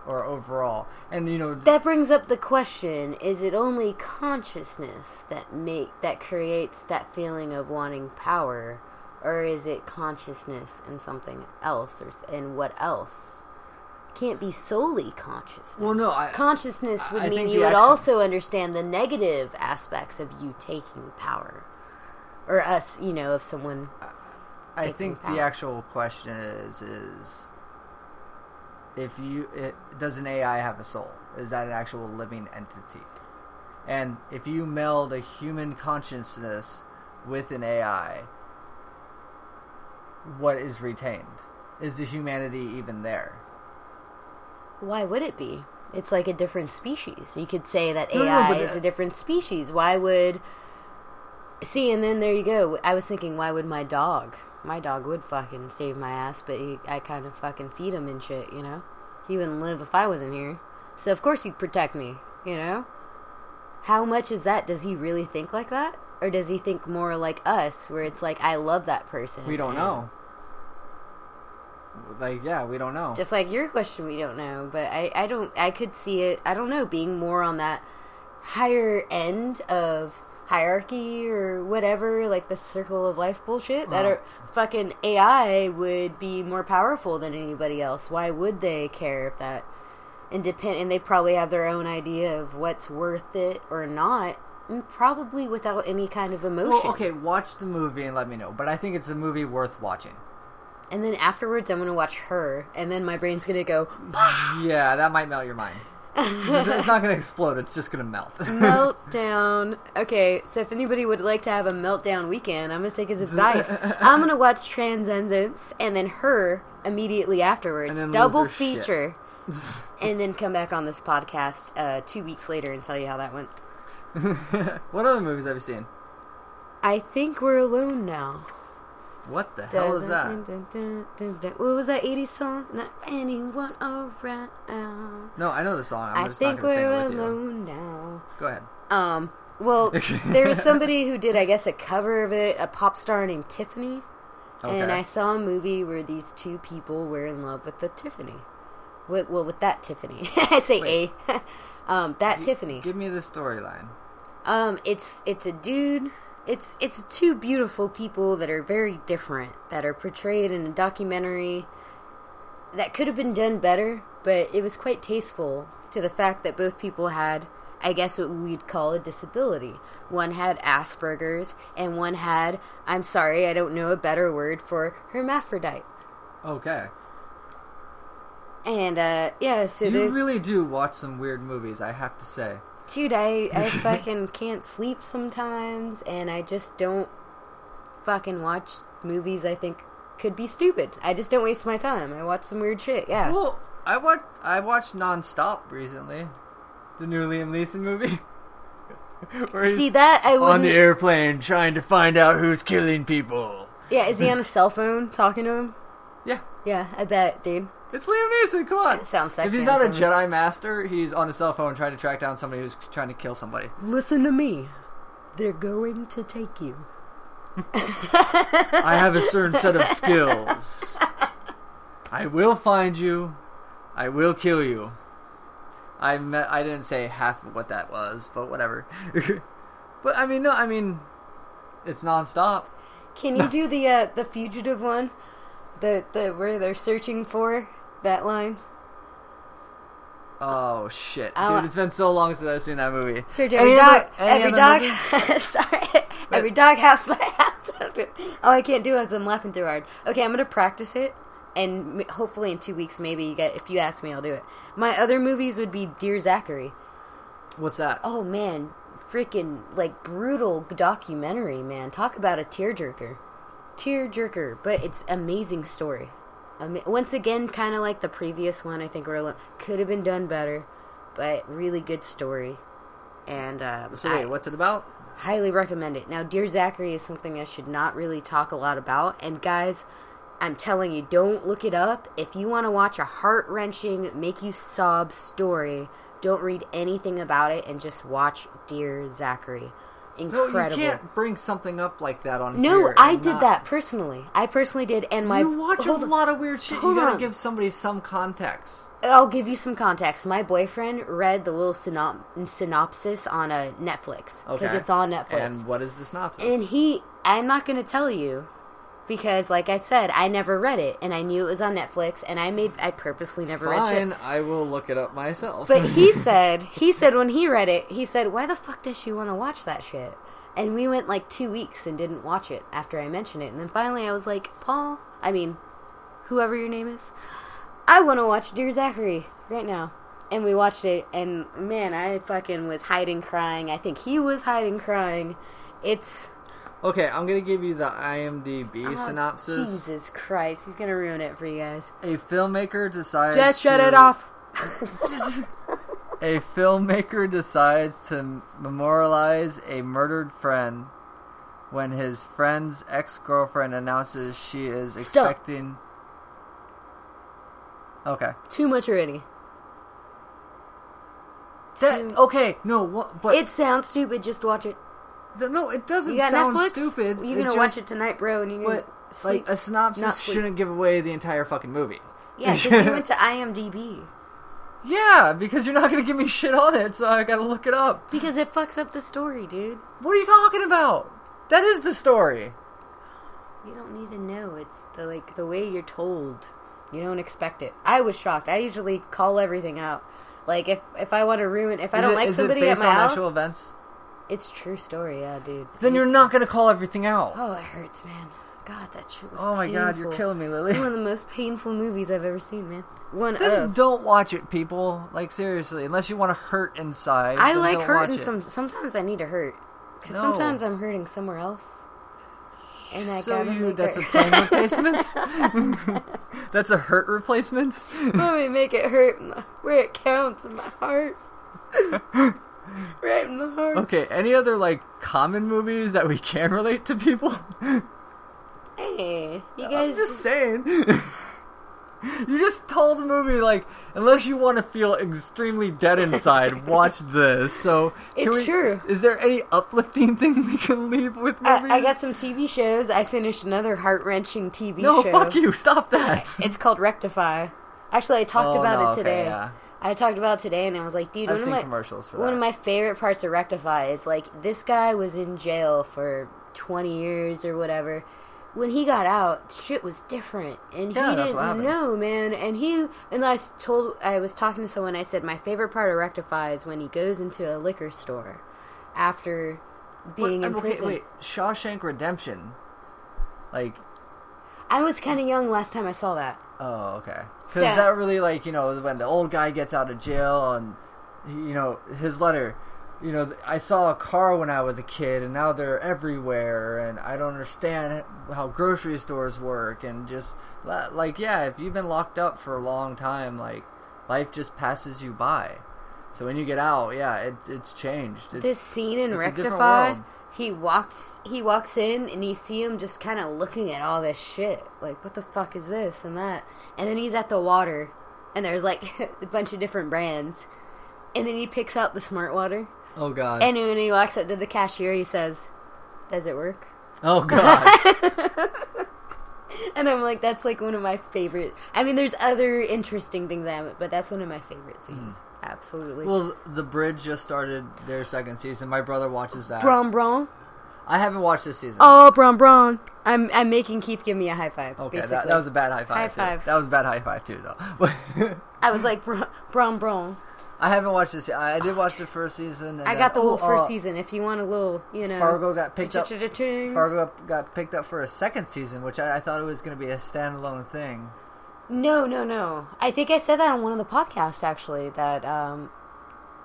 S2: or overall and you know
S1: That brings up the question: Is it only consciousness that make that creates that feeling of wanting power, or is it consciousness and something else, or s- and what else? Can't be solely consciousness.
S2: Well, no, I-
S1: consciousness would
S2: I- I
S1: mean
S2: think
S1: you
S2: the
S1: would
S2: action-
S1: also understand the negative aspects of you taking power, or us, you know, of someone.
S2: I
S1: taking
S2: think the
S1: power.
S2: actual question is is if you it, does an AI have a soul? Is that an actual living entity? And if you meld a human consciousness with an AI, what is retained? Is the humanity even there?
S1: Why would it be? It's like a different species. You could say that
S2: No, no,
S1: AI
S2: but
S1: is
S2: that-
S1: a different species. Why would. See, and then there you go. I was thinking, why would my dog? My dog would fucking save my ass, but he, I kind of fucking feed him and shit, you know? He wouldn't live if I wasn't here. So, of course, he'd protect me, you know? How much is that? Does he really think like that? Or does he think more like us, where it's like, I love that person?
S2: We don't
S1: and-
S2: know. Like yeah, we don't know.
S1: just like your question we don't know but i i don't i could see it i don't know being more on that higher end of hierarchy or whatever like the circle of life bullshit that
S2: Uh.
S1: are fucking ai would be more powerful than anybody else why would they care if that independent and they probably have their own idea of what's worth it or not and probably without any kind of emotion
S2: well, okay, watch the movie and let me know. But I think it's a movie worth watching.
S1: and then afterwards i'm gonna watch her and then my brain's gonna go
S2: Yeah, that might melt your mind. It's it's not going to explode. It's just going to melt.
S1: meltdown. Okay, so if anybody would like to have a meltdown weekend, I'm gonna take his advice. I'm gonna watch Transcendence and then her immediately afterwards.
S2: And then lose
S1: Double
S2: her shit.
S1: feature. and then come back on this podcast uh, two weeks later and tell you how that went.
S2: what other movies have you seen?
S1: I think we're alone now.
S2: What the hell is that?
S1: What was that 80s song? Not anyone around.
S2: No, I know the song. I'm
S1: I
S2: just not
S1: think
S2: going to
S1: we're
S2: sing it with you.
S1: alone now.
S2: Go ahead.
S1: Um, well, there was somebody who did, I guess, a cover of it, a pop star named Tiffany.
S2: Okay.
S1: And I saw a movie where these two people were in love with the Tiffany. With, well, with that Tiffany, I say
S2: Wait.
S1: A. um, that
S2: Gi-
S1: Tiffany.
S2: Give me the storyline.
S1: Um, it's it's a dude. It's it's two beautiful people that are very different that are portrayed in a documentary that could have been done better, but it was quite tasteful to the fact that both people had, I guess, what we'd call a disability. One had Asperger's, and one had I'm sorry, I don't know a better word for hermaphrodite.
S2: Okay.
S1: And uh, yeah, so
S2: You
S1: there's
S2: really do watch some weird movies, I have to say.
S1: dude, I I fucking can't sleep sometimes, and I just don't fucking watch movies I think could be stupid. I just don't waste my time. I watch some weird shit. Yeah.
S2: Well, I watched I watched nonstop recently, the new Liam Neeson movie. Where he's
S1: See that I
S2: on
S1: wouldn't.
S2: the airplane trying to find out who's killing people.
S1: Yeah, is he on a cell phone talking to him?
S2: Yeah,
S1: Yeah, I bet, dude.
S2: it's Liam Neeson. Come on.
S1: It sounds
S2: If
S1: sexy,
S2: he's not a
S1: I'm feeling
S2: Jedi Master, he's on his cell phone trying to track down somebody who's trying to kill somebody.
S1: Listen to me. They're going to take you.
S2: I have a certain set of skills. I will find you. I will kill you. I met, I didn't say half of what that was, but whatever. but I mean, no, I mean, it's nonstop.
S1: Can you do the uh, the fugitive one? The the where they're searching for that line.
S2: Oh shit,
S1: I wa-
S2: dude! It's been so long since I've seen that movie.
S1: Sir,
S2: Any
S1: every dog,
S2: other- any
S1: every
S2: other
S1: dog,
S2: movies?
S1: sorry, every dog has to have something. Oh, I can't do it. 'cause I'm laughing too hard. Okay, I'm gonna practice it, and m- hopefully in two weeks, maybe you get. If you ask me, I'll do it. My other movies would be Dear Zachary.
S2: What's that?
S1: Oh man, freaking like brutal documentary, man. Talk about a tearjerker, tearjerker. But it's amazing story. Ama- Once again, kind of like the previous one. I think we're a li- could have been done better, but really good story. And um,
S2: so wait,
S1: I-
S2: what's it about?
S1: highly recommend it. Now, Dear Zachary is something I should not really talk a lot about. And guys, I'm telling you, don't look it up. If you want to watch a heart wrenching, make you sob story, don't read anything about it and just watch Dear Zachary.
S2: No,
S1: Incredible.
S2: you can't bring something up like that on
S1: No,
S2: here. and
S1: I did
S2: not-
S1: that personally. I personally did, and my
S2: You watch a
S1: hold on.
S2: lot of weird shit. You
S1: Hold
S2: gotta
S1: on.
S2: give somebody some context.
S1: I'll give you some context. My boyfriend read the little synop- synopsis on a Netflix because
S2: Okay.
S1: it's on Netflix.
S2: And what is the synopsis?
S1: And he, I'm not going to tell you because, like I said, I never read it, and I knew it was on Netflix, and I made, I purposely never read
S2: Fine,
S1: it.
S2: I will look it up myself.
S1: But he said, he said when he read it, he said, "Why the fuck does she want to watch that shit?" And we went like two weeks and didn't watch it after I mentioned it, and then finally I was like, Paul, I mean, whoever your name is, I want to watch Dear Zachary right now. And we watched it, and man, I fucking was hiding crying. I think he was hiding crying. It's
S2: okay, I'm gonna give you the IMDb
S1: Oh,
S2: synopsis.
S1: Jesus Christ, he's gonna ruin it for you guys.
S2: A filmmaker decides.
S1: Just shut
S2: to-
S1: it off.
S2: A filmmaker decides to memorialize a murdered friend when his friend's ex-girlfriend announces she is
S1: Stop.
S2: expecting. Okay.
S1: Too much already.
S2: That, okay. No. What, but
S1: oh. It sounds stupid. Just watch it.
S2: th- no, it
S1: You
S2: doesn't
S1: got
S2: sound
S1: Netflix?
S2: stupid.
S1: You're gonna
S2: just-
S1: watch it tonight, bro, and you're gonna
S2: But
S1: sleep.
S2: like a
S1: not
S2: synopsis
S1: sleep.
S2: shouldn't give away the entire fucking movie.
S1: yeah, 'cause you went to IMDb
S2: Yeah, because you're not gonna give me shit on it, so I gotta look it up.
S1: because it fucks up the story, dude.
S2: What are you talking about? That is the story.
S1: You don't need to know. It's the like the way you're told. You don't expect it. I was shocked. I usually call everything out. Like if if I want to ruin, if I
S2: Is
S1: don't
S2: it-
S1: like
S2: is
S1: somebody
S2: it based
S1: at my
S2: on
S1: house,
S2: actual events?
S1: it's true story. Yeah, dude.
S2: Then you're
S1: It's-
S2: not gonna call everything out.
S1: Oh, it hurts, man. God, that shit was.
S2: Oh my god, you're
S1: painful.
S2: killing me,
S1: It's one
S2: Lily.
S1: of the most painful movies I've ever seen, man. One uh,
S2: Then
S1: of.
S2: don't watch it, people. Like seriously, unless you want to hurt inside.
S1: I
S2: then
S1: like
S2: don't
S1: hurting
S2: watch it.
S1: some. Sometimes I need to hurt because
S2: No.
S1: sometimes I'm hurting somewhere else. And I
S2: So
S1: gotta
S2: you,
S1: make
S2: that's a
S1: it.
S2: pain replacement. that's a hurt replacement.
S1: Let me make it hurt in the, where it counts in my heart. right in the heart.
S2: Okay, any other like common movies that we can relate to people?
S1: Hey, you
S2: I'm
S1: guys.
S2: just saying. you just told a movie like unless you want to feel extremely dead inside, watch this. So can
S1: It's
S2: we-
S1: true.
S2: Is there any uplifting thing we can leave with movies?
S1: I, I got some TV shows. I finished another heart wrenching TV
S2: No,
S1: show.
S2: fuck you! Stop that.
S1: It's called Rectify. Actually, I talked
S2: Oh,
S1: about
S2: no,
S1: it
S2: okay,
S1: today.
S2: yeah.
S1: I talked about it today, and I was like, dude,
S2: I've
S1: one of
S2: seen
S1: my
S2: commercials for
S1: one of
S2: that.
S1: my favorite parts of Rectify is like this guy was in jail for 20 years or whatever. When he got out, shit was different, and
S2: Yeah,
S1: he
S2: that's what
S1: didn't
S2: happened.
S1: know, man. And he and I s- told I was talking to someone. I said my favorite part of Rectify is when he goes into a liquor store after being
S2: But-
S1: in
S2: okay,
S1: prison.
S2: Wait, Shawshank Redemption. Like,
S1: I was kind of young last time I saw that.
S2: oh, okay.
S1: So-
S2: Because that really, like, you know, when the old guy gets out of jail and, you know, his letter. You know, I saw a car when I was a kid, and now they're everywhere, and I don't understand how grocery stores work, and just li- like, yeah, if you've been locked up for a long time, like, life just passes you by. So when you get out, yeah, it's it's changed. It's,
S1: this scene in
S2: it's a different
S1: Rectify,
S2: world.
S1: he walks he walks in and you see him just kind of looking at all this shit, like what the fuck is this and that, and then he's at the water, and there's like a bunch of different brands, and then he picks out the smart water,
S2: oh god,
S1: and when he walks up to the cashier, he says, "Does it work?"
S2: oh god.
S1: And I'm like, that's like one of my favorite. I mean, there's other interesting things, I but that's one of my favorite scenes. Absolutely.
S2: Hmm. Well, The Bridge just started their second season. My brother watches that.
S1: Bron Bron.
S2: I haven't watched this season.
S1: Oh, Bron Bron. I'm I'm making Keith give me a high five.
S2: okay.
S1: basically.
S2: That, that was a bad high five.
S1: High
S2: too.
S1: five.
S2: That was a bad high five too, though.
S1: I was like, "Bron- Bron Bron.
S2: I haven't watched this. I I did watch the first season. And
S1: I
S2: then-
S1: got the
S2: oh,
S1: whole first
S2: uh,
S1: season. If you want a little, you know.
S2: Fargo got picked up.
S1: Cha-cha-cha-ching.
S2: Fargo got picked up for a second season, which I, I thought it was going to be a standalone thing.
S1: No, no, no. I think I said that on one of the podcasts, actually, that um,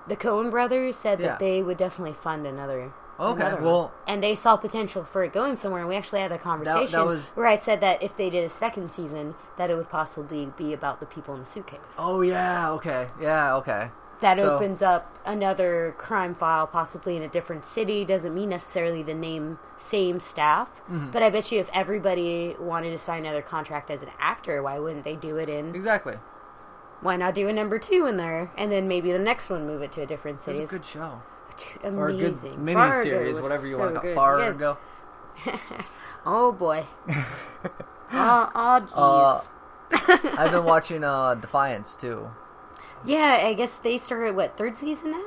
S1: the Cohen brothers said
S2: Yeah.
S1: that they would definitely fund another.
S2: Okay,
S1: another one.
S2: well-
S1: And they saw potential for it going somewhere, and we actually had that conversation
S2: was-
S1: where I said that if they did a second season, that it would possibly be about the people in the suitcase.
S2: Oh yeah. Okay. Yeah. Okay.
S1: that
S2: So-
S1: opens up another crime file possibly in a different city doesn't mean necessarily the name same staff
S2: Mm-hmm.
S1: but i bet you if everybody wanted to sign another contract as an actor why wouldn't they do it in
S2: Exactly.
S1: why not do a number two in there and then maybe the next one move it to a different
S2: It's
S1: city
S2: a good show
S1: Dude,
S2: or a good
S1: amazing
S2: mini
S1: Fargo
S2: series,
S1: was
S2: whatever you
S1: so
S2: want to call
S1: good.
S2: it.
S1: Yes.
S2: Fargo.
S1: oh boy oh, oh
S2: Uh,
S1: jeez
S2: I've been watching uh, Defiance too.
S1: yeah i guess they started what third season now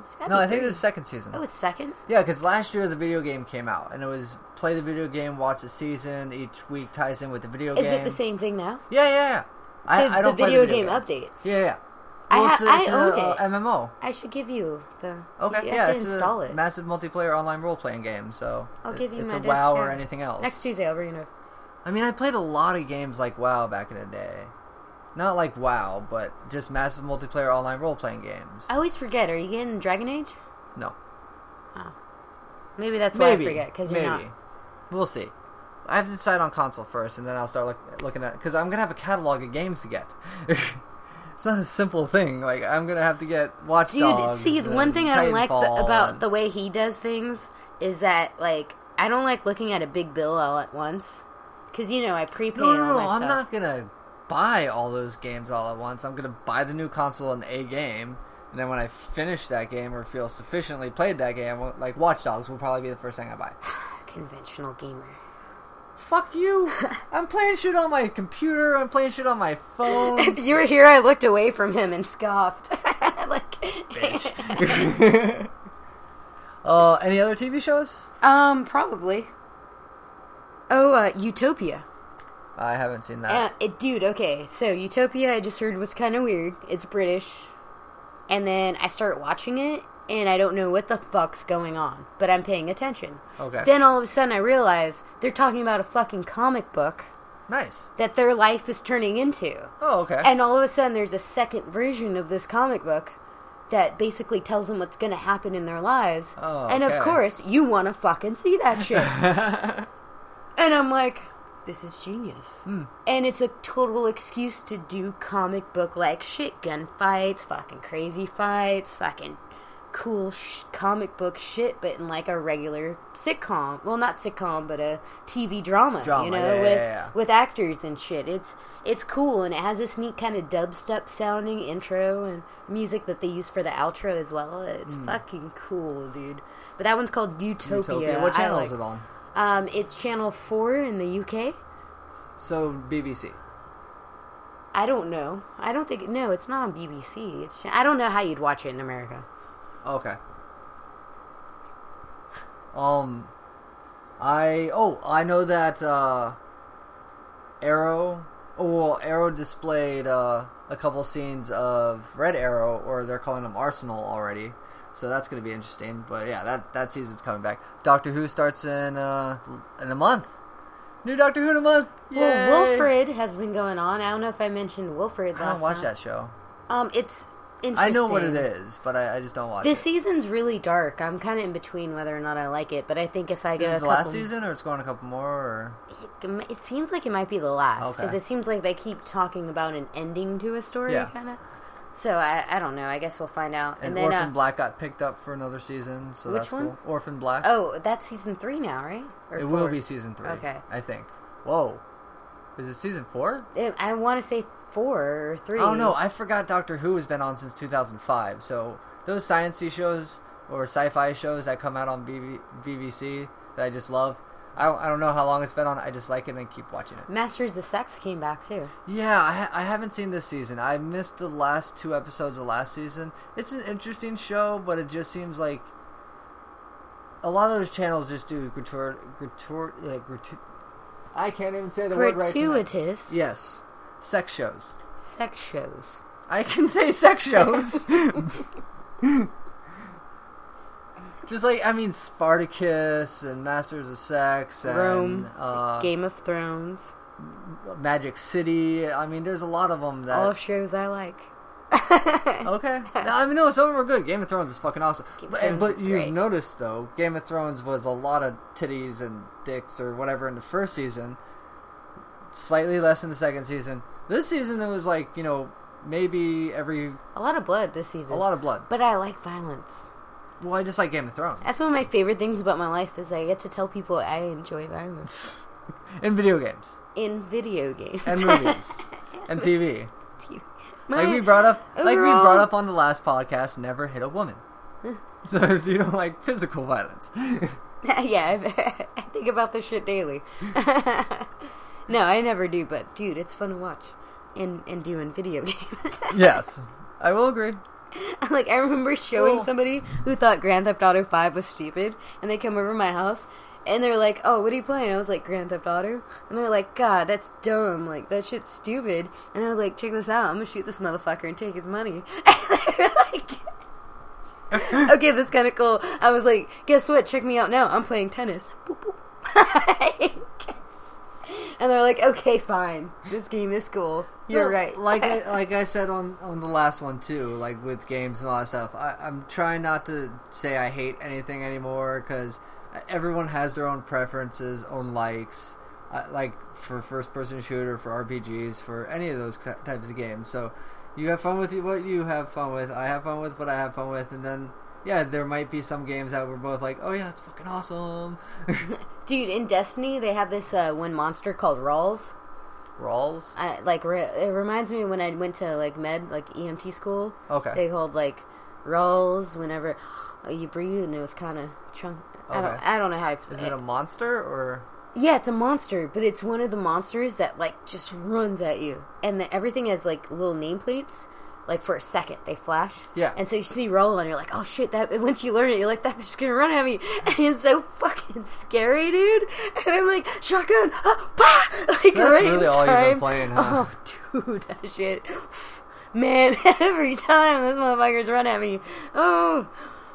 S1: It's gotta
S2: No,
S1: be
S2: I think
S1: third.
S2: it's the second season.
S1: oh it's second
S2: Yeah, because last year the video game came out, and it was play the video game, watch the season. Each week ties in with the video
S1: is
S2: game.
S1: it the same thing now
S2: Yeah, yeah, yeah. I,
S1: So
S2: I
S1: the
S2: don't play
S1: video,
S2: the video
S1: game,
S2: game.
S1: updates
S2: Yeah, yeah.
S1: I ha-
S2: it's a-
S1: I
S2: it's a,
S1: own
S2: uh,
S1: it.
S2: MMO.
S1: I should give you the.
S2: Okay,
S1: you have
S2: yeah,
S1: to
S2: it's
S1: install
S2: a
S1: it.
S2: massive multiplayer online role playing game. So
S1: I'll
S2: it-
S1: give you
S2: it's
S1: my
S2: a WoW or
S1: discount.
S2: anything else.
S1: Next Tuesday, I'll bring it up.
S2: I mean, I played a lot of games like WoW back in the day. Not like WoW, but just massive multiplayer online role playing games.
S1: I always forget. Are you getting Dragon Age?
S2: No,
S1: Maybe that's why
S2: maybe
S1: I forget because you're
S2: maybe.
S1: not.
S2: We'll see. I have to decide on console first, and then I'll start look, looking at because I'm gonna have a catalog of games to get. it's not a simple thing. Like I'm gonna have to get Watch
S1: Dude,
S2: Dogs.
S1: see, the one
S2: and
S1: thing I don't like the,
S2: Titanfall
S1: about
S2: and-
S1: the way he does things is that, like, I don't like looking at a big bill all at once. Because, you know, I prepay
S2: No, no,
S1: all
S2: no!
S1: my
S2: I'm
S1: stuff.
S2: not gonna buy all those games all at once. I'm gonna buy the new console and a game, and then when I finish that game or feel sufficiently played that game, well, like Watch Dogs will probably be the first thing I buy.
S1: Conventional gamer.
S2: Fuck you! I'm playing shit on my computer. I'm playing shit on my phone.
S1: If you were here, I looked away from him and scoffed. like,
S2: bitch. uh, any other TV shows?
S1: um, probably. Oh, uh, Utopia.
S2: I haven't seen that.
S1: Uh, it, dude, okay. So Utopia, I just heard was kind of weird. It's British, and then I start watching it, and I don't know what the fuck's going on, but I'm paying attention.
S2: Okay.
S1: Then all of a sudden, I realize they're talking about a fucking comic book
S2: nice.
S1: that their life is turning into,
S2: Oh, okay.
S1: and all of a sudden, there's a second version of this comic book that basically tells them what's going to happen in their lives.
S2: Oh,
S1: And of
S2: okay.
S1: course, you want to fucking see that shit. And I'm like, this is genius.
S2: Hmm.
S1: And it's a total excuse to do comic book like shit gunfights, fucking crazy fights, fucking cool sh- comic book shit, but in like a regular sitcom. Well, not sitcom, but a TV drama, you
S2: Drama,
S1: know,
S2: yeah, yeah,
S1: with,
S2: yeah, yeah.
S1: with actors and shit. It's it's cool and it has this neat kind of dubstep sounding intro and music that they use for the outro as well. It's
S2: Hmm.
S1: fucking cool, dude. But that one's called Utopia.
S2: Utopia. What
S1: I
S2: channel
S1: like-
S2: is it on?
S1: um, it's Channel 4 in the UK.
S2: So BBC.
S1: I don't know. I don't think no. It's not on BBC. It's I don't know how you'd watch it in America.
S2: Oh, Okay. Um, I oh I know that uh, Arrow. Oh, well, Arrow displayed uh, a couple scenes of Red Arrow, or they're calling them Arsenal already. So that's going to be interesting. But yeah, that that season's coming back. Doctor Who starts in uh, in a month. New Doctor Who in a month.
S1: Oh,
S2: Yay!
S1: Well, Wilfred has been going on. I don't know if I mentioned Wilfred
S2: I
S1: last
S2: don't watch
S1: time.
S2: that show.
S1: Um, it's interesting.
S2: I know what it is, but I, I just don't watch
S1: This
S2: it.
S1: season's really dark. I'm kind of in between whether or not I like it, but I think if I
S2: Is
S1: go
S2: it
S1: a
S2: the last
S1: couple-
S2: season, or it's going a couple more? Or...
S1: it, it seems like it might be the last because
S2: Okay.
S1: it seems like they keep talking about an ending to a story,
S2: Yeah.
S1: kind of. So I, I don't know. I guess we'll find out.
S2: And,
S1: And, then,
S2: Orphan
S1: uh,
S2: Black got picked up for another season, so
S1: Which
S2: that's
S1: one?
S2: cool. Orphan Black.
S1: oh, that's season three now, right? Or
S2: it will
S1: four?
S2: be season three.
S1: Okay.
S2: I think. Whoa, is it season four?
S1: It- Eh, I want to say four or three.
S2: Oh no, I forgot Doctor Who has been on since 2005. So those sciency shows or sci-fi shows that come out on BB- BBC that I just love. I don't, I don't know how long it's been on. I just like it and keep watching it.
S1: Masters of Sex came back too.
S2: Yeah, I, ha- I haven't seen this season. I missed the last two episodes of last season. It's an interesting show, but it just seems like a lot of those channels just do gratuit, gratuit, like gratu- I can't even say the word right. tonight.
S1: Gratuitous
S2: Yes, sex shows.
S1: sex shows.
S2: I can say sex shows. Just like I mean, Spartacus and Masters of Sex and
S1: Rome,
S2: uh,
S1: Game of Thrones,
S2: Magic City. I mean, there's a lot of them that.
S1: all shows I like.
S2: okay, no, I mean, no, some of them are good. Game of Thrones is fucking awesome.
S1: Game of
S2: But, and-
S1: Thrones is
S2: but you
S1: great.
S2: noticed though, Game of Thrones was a lot of titties and dicks or whatever in the first season. Slightly less in the second season. This season it was like you know maybe every
S1: A lot of blood this season.
S2: a lot of blood.
S1: but I like violence.
S2: Well, I just like Game of Thrones.
S1: That's one of my favorite things about my life is I get to tell people I enjoy violence
S2: in video games
S1: in video games
S2: and movies and TV.
S1: My-
S2: Like we brought up, like we
S1: overall-
S2: brought up on the last podcast, never hit a woman. So if you don't like physical violence,
S1: yeah, I I think about this shit daily. no, I never do, but dude, it's fun to watch and and do in video games.
S2: yes, I will agree.
S1: like I remember showing
S2: Well-
S1: somebody who thought Grand Theft Auto Five was stupid, and they come over my house and they're like, "Oh, what are you playing?" I was like, "Grand Theft Auto," and they're like, "God, that's dumb. Like that shit's stupid." And I was like, "Check this out. I'm gonna shoot this motherfucker and take his money." And they're like. okay, that's kind of cool. I was like, guess what? Check me out now. I'm playing tennis. Boop, boop. and they're like, okay, fine. This game is cool. You're
S2: No,
S1: right.
S2: like I, like I said on on the last one too, like with games and all that stuff. I, I'm trying not to say I hate anything anymore because everyone has their own preferences, own likes. I, like for first person shooter, for RPGs, for any of those ki- types of games. So you have fun with what you have fun with. I have fun with what I have fun with, and then. Yeah, there might be some games that we're both like, "Oh yeah, it's fucking awesome."
S1: Dude, in Destiny, they have this uh, one monster called Rawls.
S2: Rawls.
S1: I, like, re- it reminds me when I went to, like, med, like, EMT school.
S2: Okay.
S1: They called, like, Rawls whenever oh, you breathe, and it was kind of chunk. I, don't,
S2: Okay.
S1: I don't know how to explain
S2: Is it a monster or
S1: yeah, it's a monster, but it's one of the monsters that, like, just runs at you. And the, everything has, like, little nameplates. Like, for a second, they flash.
S2: Yeah.
S1: And so you see Roll, and you're like, oh shit, that. and once you learn it, you're like, that bitch's gonna run at me. And it's so fucking scary, dude. And I'm like, shotgun, ah, bah! Like,
S2: So that's
S1: right in
S2: really all you've been
S1: time.
S2: playing, huh?
S1: Oh, dude, that shit. Man, every time those motherfuckers run at me. Oh.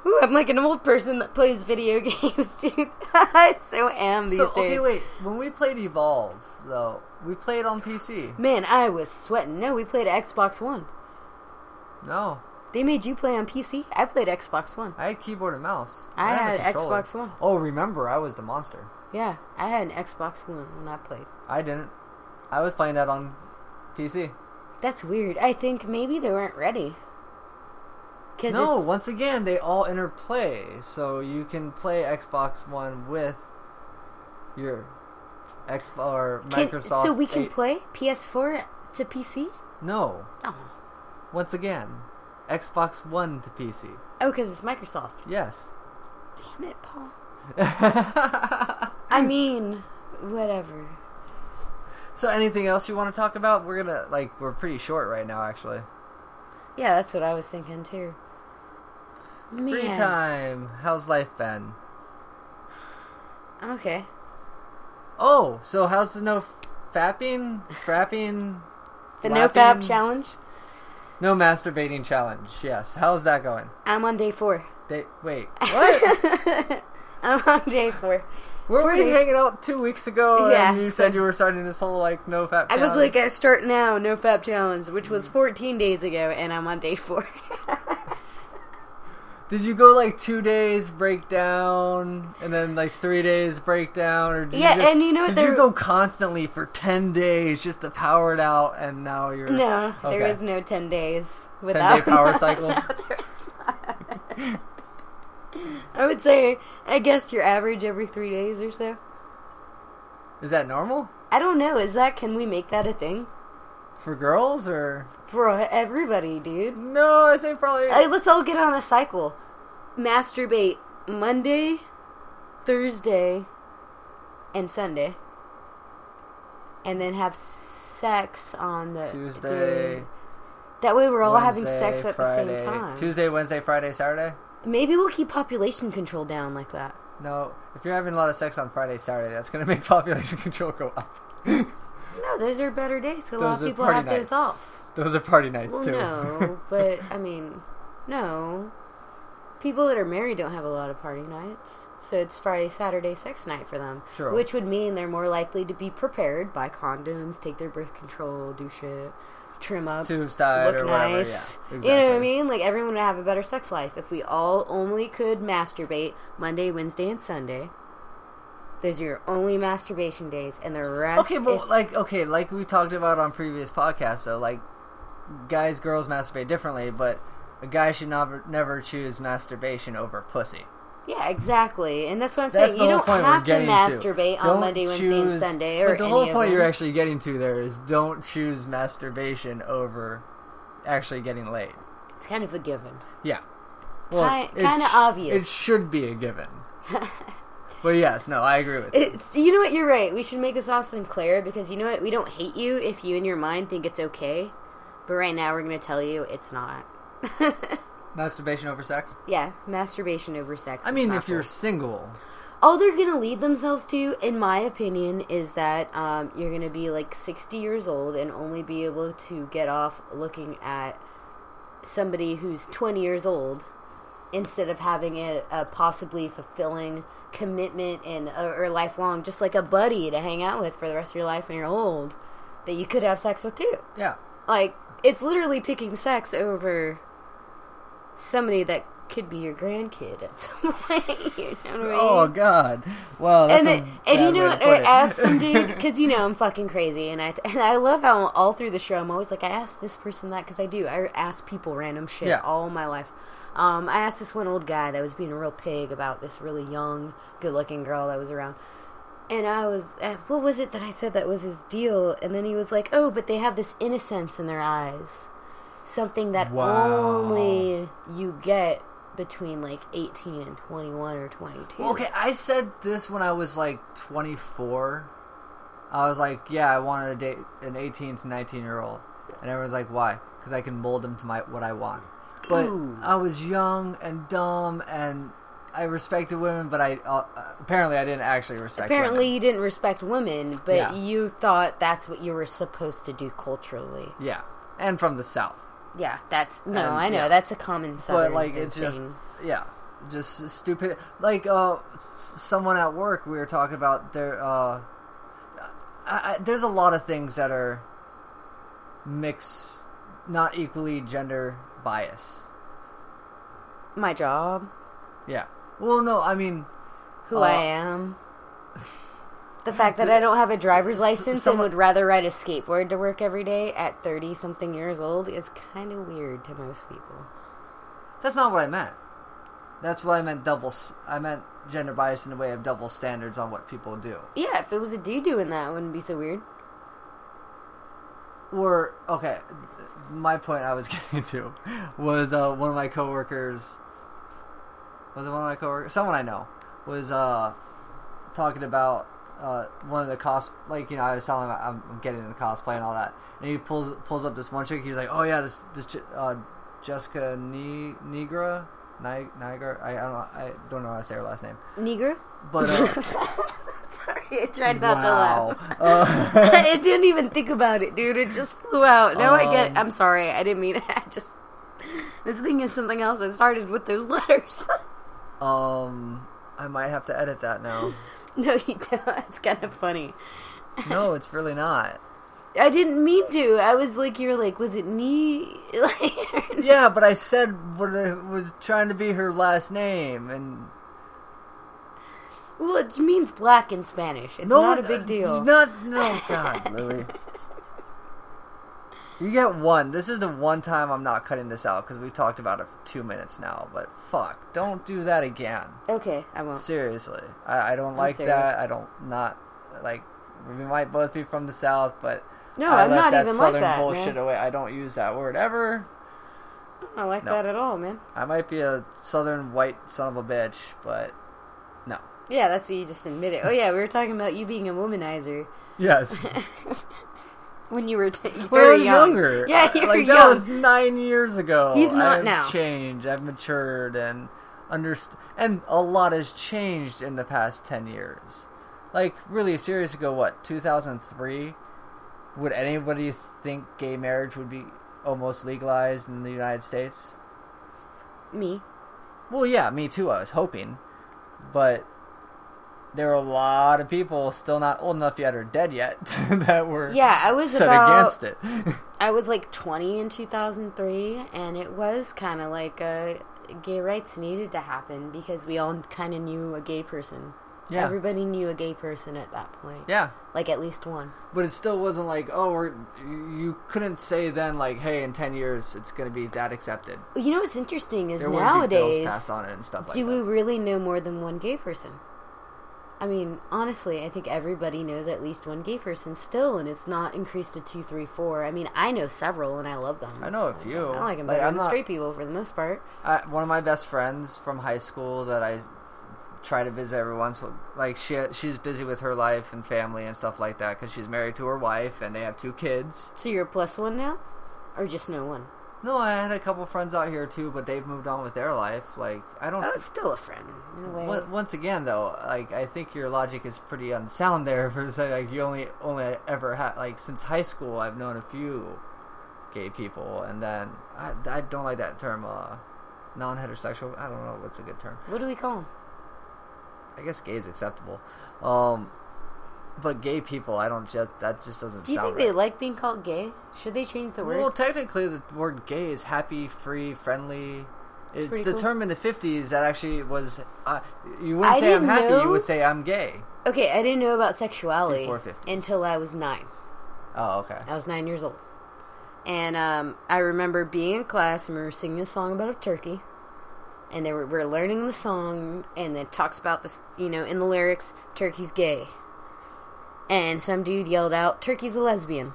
S1: Ooh, I'm like an old person that plays video games, dude. I so am these
S2: So
S1: days.
S2: okay, wait. When we played Evolve, though, we played on PC.
S1: Man, I was sweating. No, we played Xbox One.
S2: No,
S1: They made you play on PC. I played Xbox One.
S2: I had keyboard and mouse.
S1: I
S2: didn't have a
S1: had
S2: controller.
S1: Xbox One.
S2: Oh, remember, I was the monster.
S1: Yeah, I had an Xbox One when I played.
S2: I didn't. I was playing that on PC.
S1: That's weird. I think maybe they weren't ready. Cause
S2: No,
S1: it's-
S2: once again, they all interplay, so you can play Xbox One with your X or
S1: can-
S2: Microsoft.
S1: so we can
S2: eight-
S1: play PS4 to PC.
S2: No,
S1: Oh,
S2: once again, Xbox One to PC.
S1: oh, because it's Microsoft.
S2: Yes.
S1: Damn it,
S2: Hmm.
S1: Paul. I mean, whatever.
S2: So anything else you want to talk about? We're gonna like we're pretty short right now, actually.
S1: Yeah, that's what I was thinking too. Man.
S2: Free time. How's life been?
S1: Okay.
S2: Oh, so how's the no fapping, frapping,
S1: The no fab
S2: lapping-
S1: challenge.
S2: no masturbating challenge? Yes. How's that going?
S1: I'm on day four.
S2: They, wait, what?
S1: I'm on day four.
S2: Were we
S1: Forty.
S2: hanging out two weeks ago?
S1: Yeah,
S2: And you
S1: so-
S2: said you were starting this whole like no fap.
S1: I was
S2: challenge?
S1: like, I start now, no fab challenge, which was 14 days ago, and I'm on day four.
S2: Did you go like two days breakdown and then like three days breakdown? Or did
S1: Yeah,
S2: you just-
S1: and you know what,
S2: Did
S1: there-
S2: you go constantly for ten days just to power it out, and now you're
S1: no, there
S2: Okay.
S1: is no 10 days
S2: 10-day
S1: without
S2: power cycle?
S1: No, there is not. I would say, I guess your average every three days or so.
S2: Is that normal
S1: I don't know. Is that can we make that a thing
S2: for girls or
S1: for everybody, dude?
S2: no? I say probably.
S1: Hey, let's all get on a cycle. Masturbate Monday, Thursday, and Sunday. And then have sex on the
S2: Tuesday.
S1: day. That way we're all having
S2: Wednesday,
S1: sex at the
S2: Friday.
S1: same time.
S2: Tuesday, Wednesday, Friday, Saturday.
S1: Maybe we'll keep population control down like that.
S2: No, if you're having a lot of sex on Friday, Saturday, that's gonna make population control go up.
S1: No, those are better days. 'cause A lot
S2: Those
S1: of
S2: are
S1: people
S2: party
S1: have
S2: nights.
S1: those off.
S2: Those are party nights
S1: Well,
S2: too.
S1: no, but I mean, no. People that are married don't have a lot of party nights, so it's Friday, Saturday sex night for them,
S2: Sure.
S1: which would mean they're more likely to be prepared, buy condoms, take their birth control, do shit, trim up,
S2: Tubes tied
S1: look
S2: or whatever.
S1: nice.
S2: Yeah, exactly.
S1: You know what I mean? Like everyone would have a better sex life if we all only could masturbate Monday, Wednesday, and Sunday. Those are your only masturbation days, and the rest.
S2: Okay, but
S1: is-
S2: like, okay, like we talked about on previous podcasts, though, like, guys, girls masturbate differently, but a guy should never never choose masturbation over pussy.
S1: Yeah, exactly, and that's what I'm
S2: That's
S1: saying.
S2: the
S1: You
S2: whole
S1: don't
S2: point
S1: have
S2: we're
S1: to
S2: getting
S1: masturbate
S2: to.
S1: on
S2: Don't
S1: Monday, Wednesday, and
S2: choose-
S1: Sunday, or
S2: But the
S1: any
S2: whole
S1: of
S2: point
S1: them.
S2: you're actually getting to there is don't choose masturbation over actually getting laid.
S1: It's kind of a given.
S2: Yeah. Well,
S1: Ki-
S2: it
S1: kinda
S2: sh-
S1: obvious.
S2: It should be a given. but yes, no, I agree with you.
S1: It's, you know what? You're right. We should make this Austin Claire because you know what? We don't hate you if you in your mind think it's okay, but right now we're gonna tell you it's not.
S2: Masturbation over sex?
S1: yeah, masturbation over sex.
S2: I
S1: is
S2: mean,
S1: not
S2: if you're
S1: cool.
S2: single,
S1: all they're gonna lead themselves to, in my opinion, is that um, you're gonna be like 60 years old and only be able to get off looking at somebody who's 20 years old instead of having a, a possibly fulfilling commitment and or, or lifelong, just like a buddy to hang out with for the rest of your life when you're old, that you could have sex with too.
S2: yeah.
S1: Like it's literally picking sex over somebody that could be your grandkid at some point. You know what I mean?
S2: Oh God! Well, Oh, that's
S1: and,
S2: a
S1: it, and you
S2: bad
S1: know
S2: way
S1: what?
S2: to put
S1: I
S2: it.
S1: asked some dude because you know I'm fucking crazy, and I and I love how all through the show I'm always like I asked this person that because I do I ask people random shit
S2: Yeah.
S1: all my life. Um, I asked this one old guy that was being a real pig about this really young, good-looking girl that was around, and I was uh, what was it that I said that was his deal? And then he was like, oh, but they have this innocence in their eyes, something that
S2: Wow.
S1: only you get between like 18 and 21 or 22.
S2: Well, okay, I said this when I was like 24. I was like, yeah, I wanted to date an 18 to 19 year old, and everyone's like, why? Because I can mold them to my what I want. But
S1: Ooh.
S2: I was young and dumb, and I respected women, but I uh, apparently I didn't actually respect.
S1: Apparently,
S2: women.
S1: you didn't respect women, but
S2: Yeah.
S1: you thought that's what you were supposed to do culturally.
S2: yeah, and from the south.
S1: Yeah, that's no,
S2: And,
S1: I know
S2: um, yeah.
S1: that's a common southern
S2: but like it's
S1: thing.
S2: just yeah just stupid like uh s- someone at work we were talking about there uh I, I, there's a lot of things that are mix not equally gender bias
S1: my job,
S2: yeah well no i mean
S1: who
S2: Uh,
S1: I am, the fact that I don't have a driver's license
S2: someone-
S1: and would rather ride a skateboard to work every day at thirty something years old is kind of weird to most people.
S2: that's not what i meant that's what i meant double s- i meant gender bias in the way of double standards on what people do
S1: Yeah, if it was a dude doing that, it wouldn't be so weird.
S2: Or okay, my point I was getting to was uh, one of my coworkers. Was it one of my coworkers? Someone I know was uh, talking about uh, one of the cos like you know I was telling him I'm, I'm getting into cosplay and all that, and he pulls pulls up this one chick. He's like, oh yeah, this this chi- uh, Jessica Ni- Nigra. Ni- Niger, I, I don't, I don't know how to say her last name,
S1: Negro?
S2: but uh,
S1: Sorry, I tried not
S2: wow,
S1: to laugh.
S2: uh,
S1: I didn't even think about it, dude. It just flew out. Now I get.
S2: Um,
S1: I'm sorry. I didn't mean it. I just was thinking of something else. I started with those letters.
S2: um, I might have to edit that now.
S1: no, you don't. It's kind of funny.
S2: No, it's really not.
S1: I didn't mean to. I was like, you're like, was it knee? Like,
S2: Yeah, but I said what it was trying to be her last name, and
S1: well, it means black in Spanish. It's not a
S2: it-
S1: big deal.
S2: Not no God, Lily. You get one. This is the one time I'm not cutting this out because we've talked about it for two minutes now. But fuck, don't do that again.
S1: okay, I won't.
S2: Seriously, I, I don't like that.
S1: serious.
S2: I don't not like. We might both be from the south, but
S1: No,
S2: I
S1: I'm
S2: left
S1: not
S2: that
S1: even like
S2: southern
S1: that,
S2: bullshit
S1: man.
S2: away. I don't use that word ever.
S1: I don't like
S2: No.
S1: that at all, man.
S2: I might be a southern white son of a bitch, but no.
S1: Yeah, that's what you just admitted. Oh yeah, we were talking about you being a womanizer
S2: Yes.
S1: when you were t- very
S2: When I was
S1: young.
S2: younger.
S1: Yeah,
S2: I-
S1: you were
S2: like that
S1: young.
S2: was nine years ago.
S1: He's not
S2: I've
S1: now.
S2: Changed. I've matured and underst- and a lot has changed in the past ten years. Like really, serious ago, what two thousand three? Would anybody think gay marriage would be almost legalized in the United States?
S1: Me.
S2: Well, yeah, me too. I was hoping, but there were a lot of people still not old enough yet or dead yet that were
S1: Yeah, I was
S2: set
S1: about-
S2: against it.
S1: I was like 20 in 2003, and it was kind of like a gay rights needed to happen because we all kind of knew a gay person.
S2: Yeah.
S1: Everybody knew a gay person at that point.
S2: yeah,
S1: Like at least one.
S2: but it still wasn't like oh we're, you couldn't say then like hey in 10 years it's going to be that accepted
S1: You know what's interesting is
S2: there wouldn't be bills
S1: nowadays,
S2: passed on it and stuff like
S1: do we
S2: that
S1: really know more than one gay person? I mean, honestly, I think everybody knows at least one gay person still, and it's not increased to two, three, four. I mean, I know several, and I love them.
S2: i know a few
S1: I like them
S2: Like,
S1: better
S2: I'm
S1: than
S2: not-
S1: straight people for the most part.
S2: I, one of my best friends from high school that i try to visit every once in a while, like she she's busy with her life and family and stuff like that because she's married to her wife and they have two kids
S1: So you're a plus one now, or just no one?
S2: no i had a couple friends out here too but they've moved on with their life like i don't
S1: Oh, it's still a friend in a way.
S2: Once- Once again, though, like I think your logic is pretty unsound there for saying like you only only ever had like since high school I've known a few gay people, and then I, I don't like that term uh, non-heterosexual. I don't know what's a good term.
S1: What do we call him?
S2: I guess gay is acceptable, um, but gay people I don't just that just doesn't.
S1: Do you
S2: sound
S1: think they
S2: right.
S1: like being called gay? Should they change the word?
S2: Well, technically, the word gay is happy, free, friendly. It's,
S1: pretty cool.
S2: the term in the 50s that actually was. Uh, you wouldn't
S1: I
S2: say I'm
S1: didn't
S2: happy, you
S1: know.
S2: would say I'm gay.
S1: okay, I didn't know about sexuality
S2: Before 50s.
S1: until I was nine.
S2: Oh, okay.
S1: I was nine years old. And um, I remember being in class and we were singing a song about a turkey. And they were, we are learning the song, and it talks about this, you know, in the lyrics, turkey's gay. And some dude yelled out, turkey's a lesbian.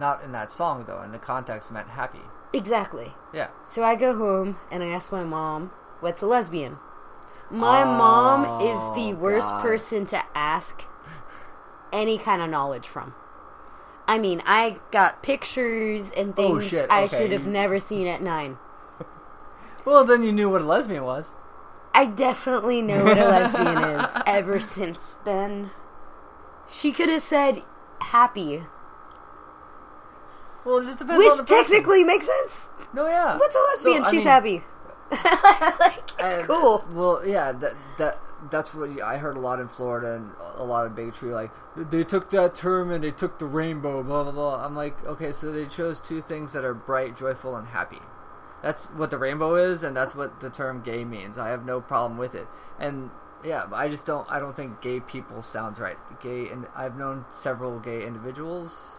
S2: Not in that song though. In the context, meant happy.
S1: Exactly.
S2: Yeah.
S1: So I go home and I ask my mom, "What's a lesbian?" My mom
S2: Oh,
S1: is the worst
S2: God.
S1: person to ask any kind of knowledge from. I mean, I got pictures and
S2: Oh,
S1: things
S2: shit,
S1: I
S2: okay,
S1: should have
S2: you-
S1: never seen at nine.
S2: Well, then you knew what a lesbian was.
S1: I definitely know what a lesbian is ever since then. She could have said happy,
S2: Well, it just depends on the
S1: which
S2: person.
S1: technically makes sense.
S2: No, yeah.
S1: What's a
S2: So,
S1: lesbian?
S2: I
S1: She's
S2: mean,
S1: happy. like,
S2: uh,
S1: cool.
S2: Well, yeah. That that that's what you- I heard a lot in Florida and a lot of bigotry. Like they took that term and they took the rainbow. Blah blah blah. I'm like, okay, so they chose two things that are bright, joyful, and happy. That's what the rainbow is, and that's what the term gay means. I have no problem with it. And yeah, but I just don't. I don't think gay people sounds right. Gay, and I've known several gay individuals.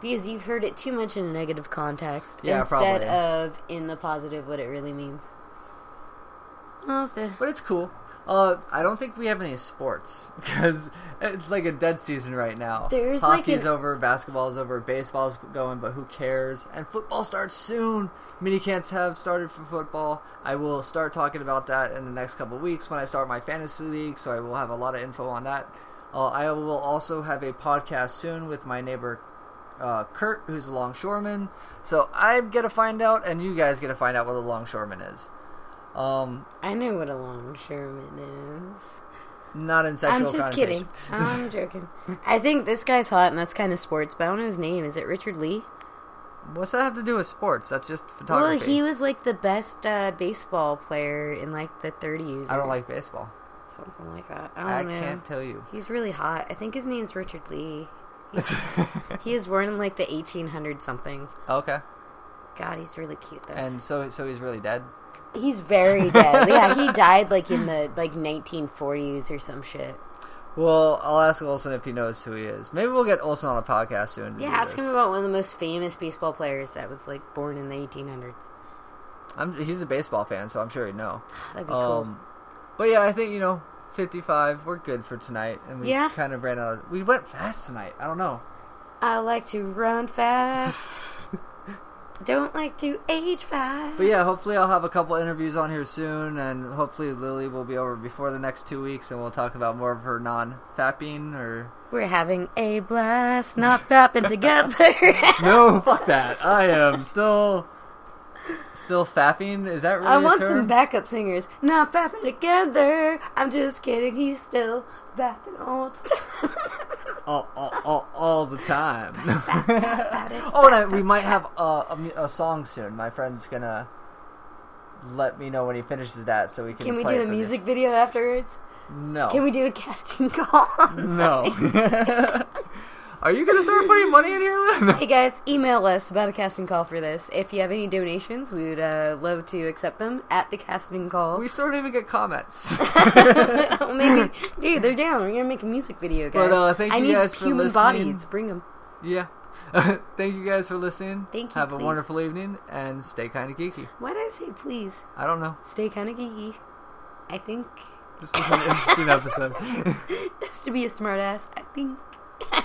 S1: Because you've heard it too much in a negative context
S2: Yeah,
S1: instead
S2: probably.
S1: of in the positive what it really means. Well, the-
S2: but it's cool. Uh, I don't think we have any sports because it's like a dead season right now.
S1: There's like
S2: hockey's
S1: an-
S2: over, basketball's over, baseball's going, but who cares? And football starts soon. Mini camps have started for football. I will start talking about that in the next couple weeks when I start my fantasy league, so I will have a lot of info on that. Uh, I will also have a podcast soon with my neighbor uh, Kurt, who's a longshoreman. So I'm gonna find out, and you guys gonna find out what a longshoreman is. Um,
S1: I know what a longshoreman is.
S2: not in sexual.
S1: I'm just kidding.
S2: connotation.
S1: I'm joking. I think this guy's hot, and that's kind of sports. But I don't know his name. Is it Richard Lee?
S2: What's that have to do with sports? That's just
S1: Well,
S2: photography.
S1: he was like the best uh, baseball player in like the 30s.
S2: I
S1: or
S2: don't like baseball.
S1: something like that.
S2: I,
S1: I don't know.
S2: can't tell you.
S1: He's really hot. I think his name's Richard Lee. He was born in like the 1800 something.
S2: okay.
S1: God, he's really cute though.
S2: And so, so he's really dead.
S1: he's very dead. yeah, he died like in the like 1940s or some shit.
S2: Well, I'll ask Olson if he knows who he is. Maybe we'll get Olson on a podcast soon. to
S1: Yeah,
S2: do
S1: ask
S2: this.
S1: him about one of the most famous baseball players that was like born in the 1800s.
S2: I'm, he's a baseball fan, so I'm sure he'd know.
S1: That'd be
S2: Um, but yeah, I think you know, 55. We're good for tonight, and we
S1: Yeah.
S2: kind of ran out. Of, we went fast tonight. I don't know.
S1: cool. I like to run fast. Don't like to age fast.
S2: But yeah, hopefully I'll have a couple interviews on here soon, and hopefully Lily will be over before the next two weeks, and we'll talk about more of her non-fapping or
S1: we're having a blast, not fapping together.
S2: no, fuck that. I am still still fapping. Is that really?
S1: I
S2: a
S1: want
S2: term?
S1: some backup singers. Not fapping together. I'm just kidding. He's still fapping all the time.
S2: all, all, all, all the time.
S1: Fap it.
S2: oh, and I, we might have a, a, mu- a song soon. My friend's gonna let me know when he finishes that, so we can.
S1: Can we
S2: play
S1: do
S2: it
S1: a
S2: for you.
S1: music video afterwards?
S2: No.
S1: Can we do a casting call?
S2: No. Are you gonna start putting money in here? No.
S1: hey guys, email us about a casting call for this. If you have any donations, we would uh, love to accept them at the casting call.
S2: We still don't even get comments.
S1: Maybe, dude, they're down. We're gonna make a music video, guys.
S2: But, uh, thank
S1: I
S2: you
S1: need
S2: guys for
S1: human
S2: listening.
S1: bodies. Bring them.
S2: yeah. Thank you guys for listening.
S1: Thank you,
S2: Have
S1: please.
S2: a wonderful evening and stay kind of geeky.
S1: Why did I say please?
S2: I don't know.
S1: Stay kind of geeky. I think
S2: This was an interesting episode.
S1: just to be a smartass. I think.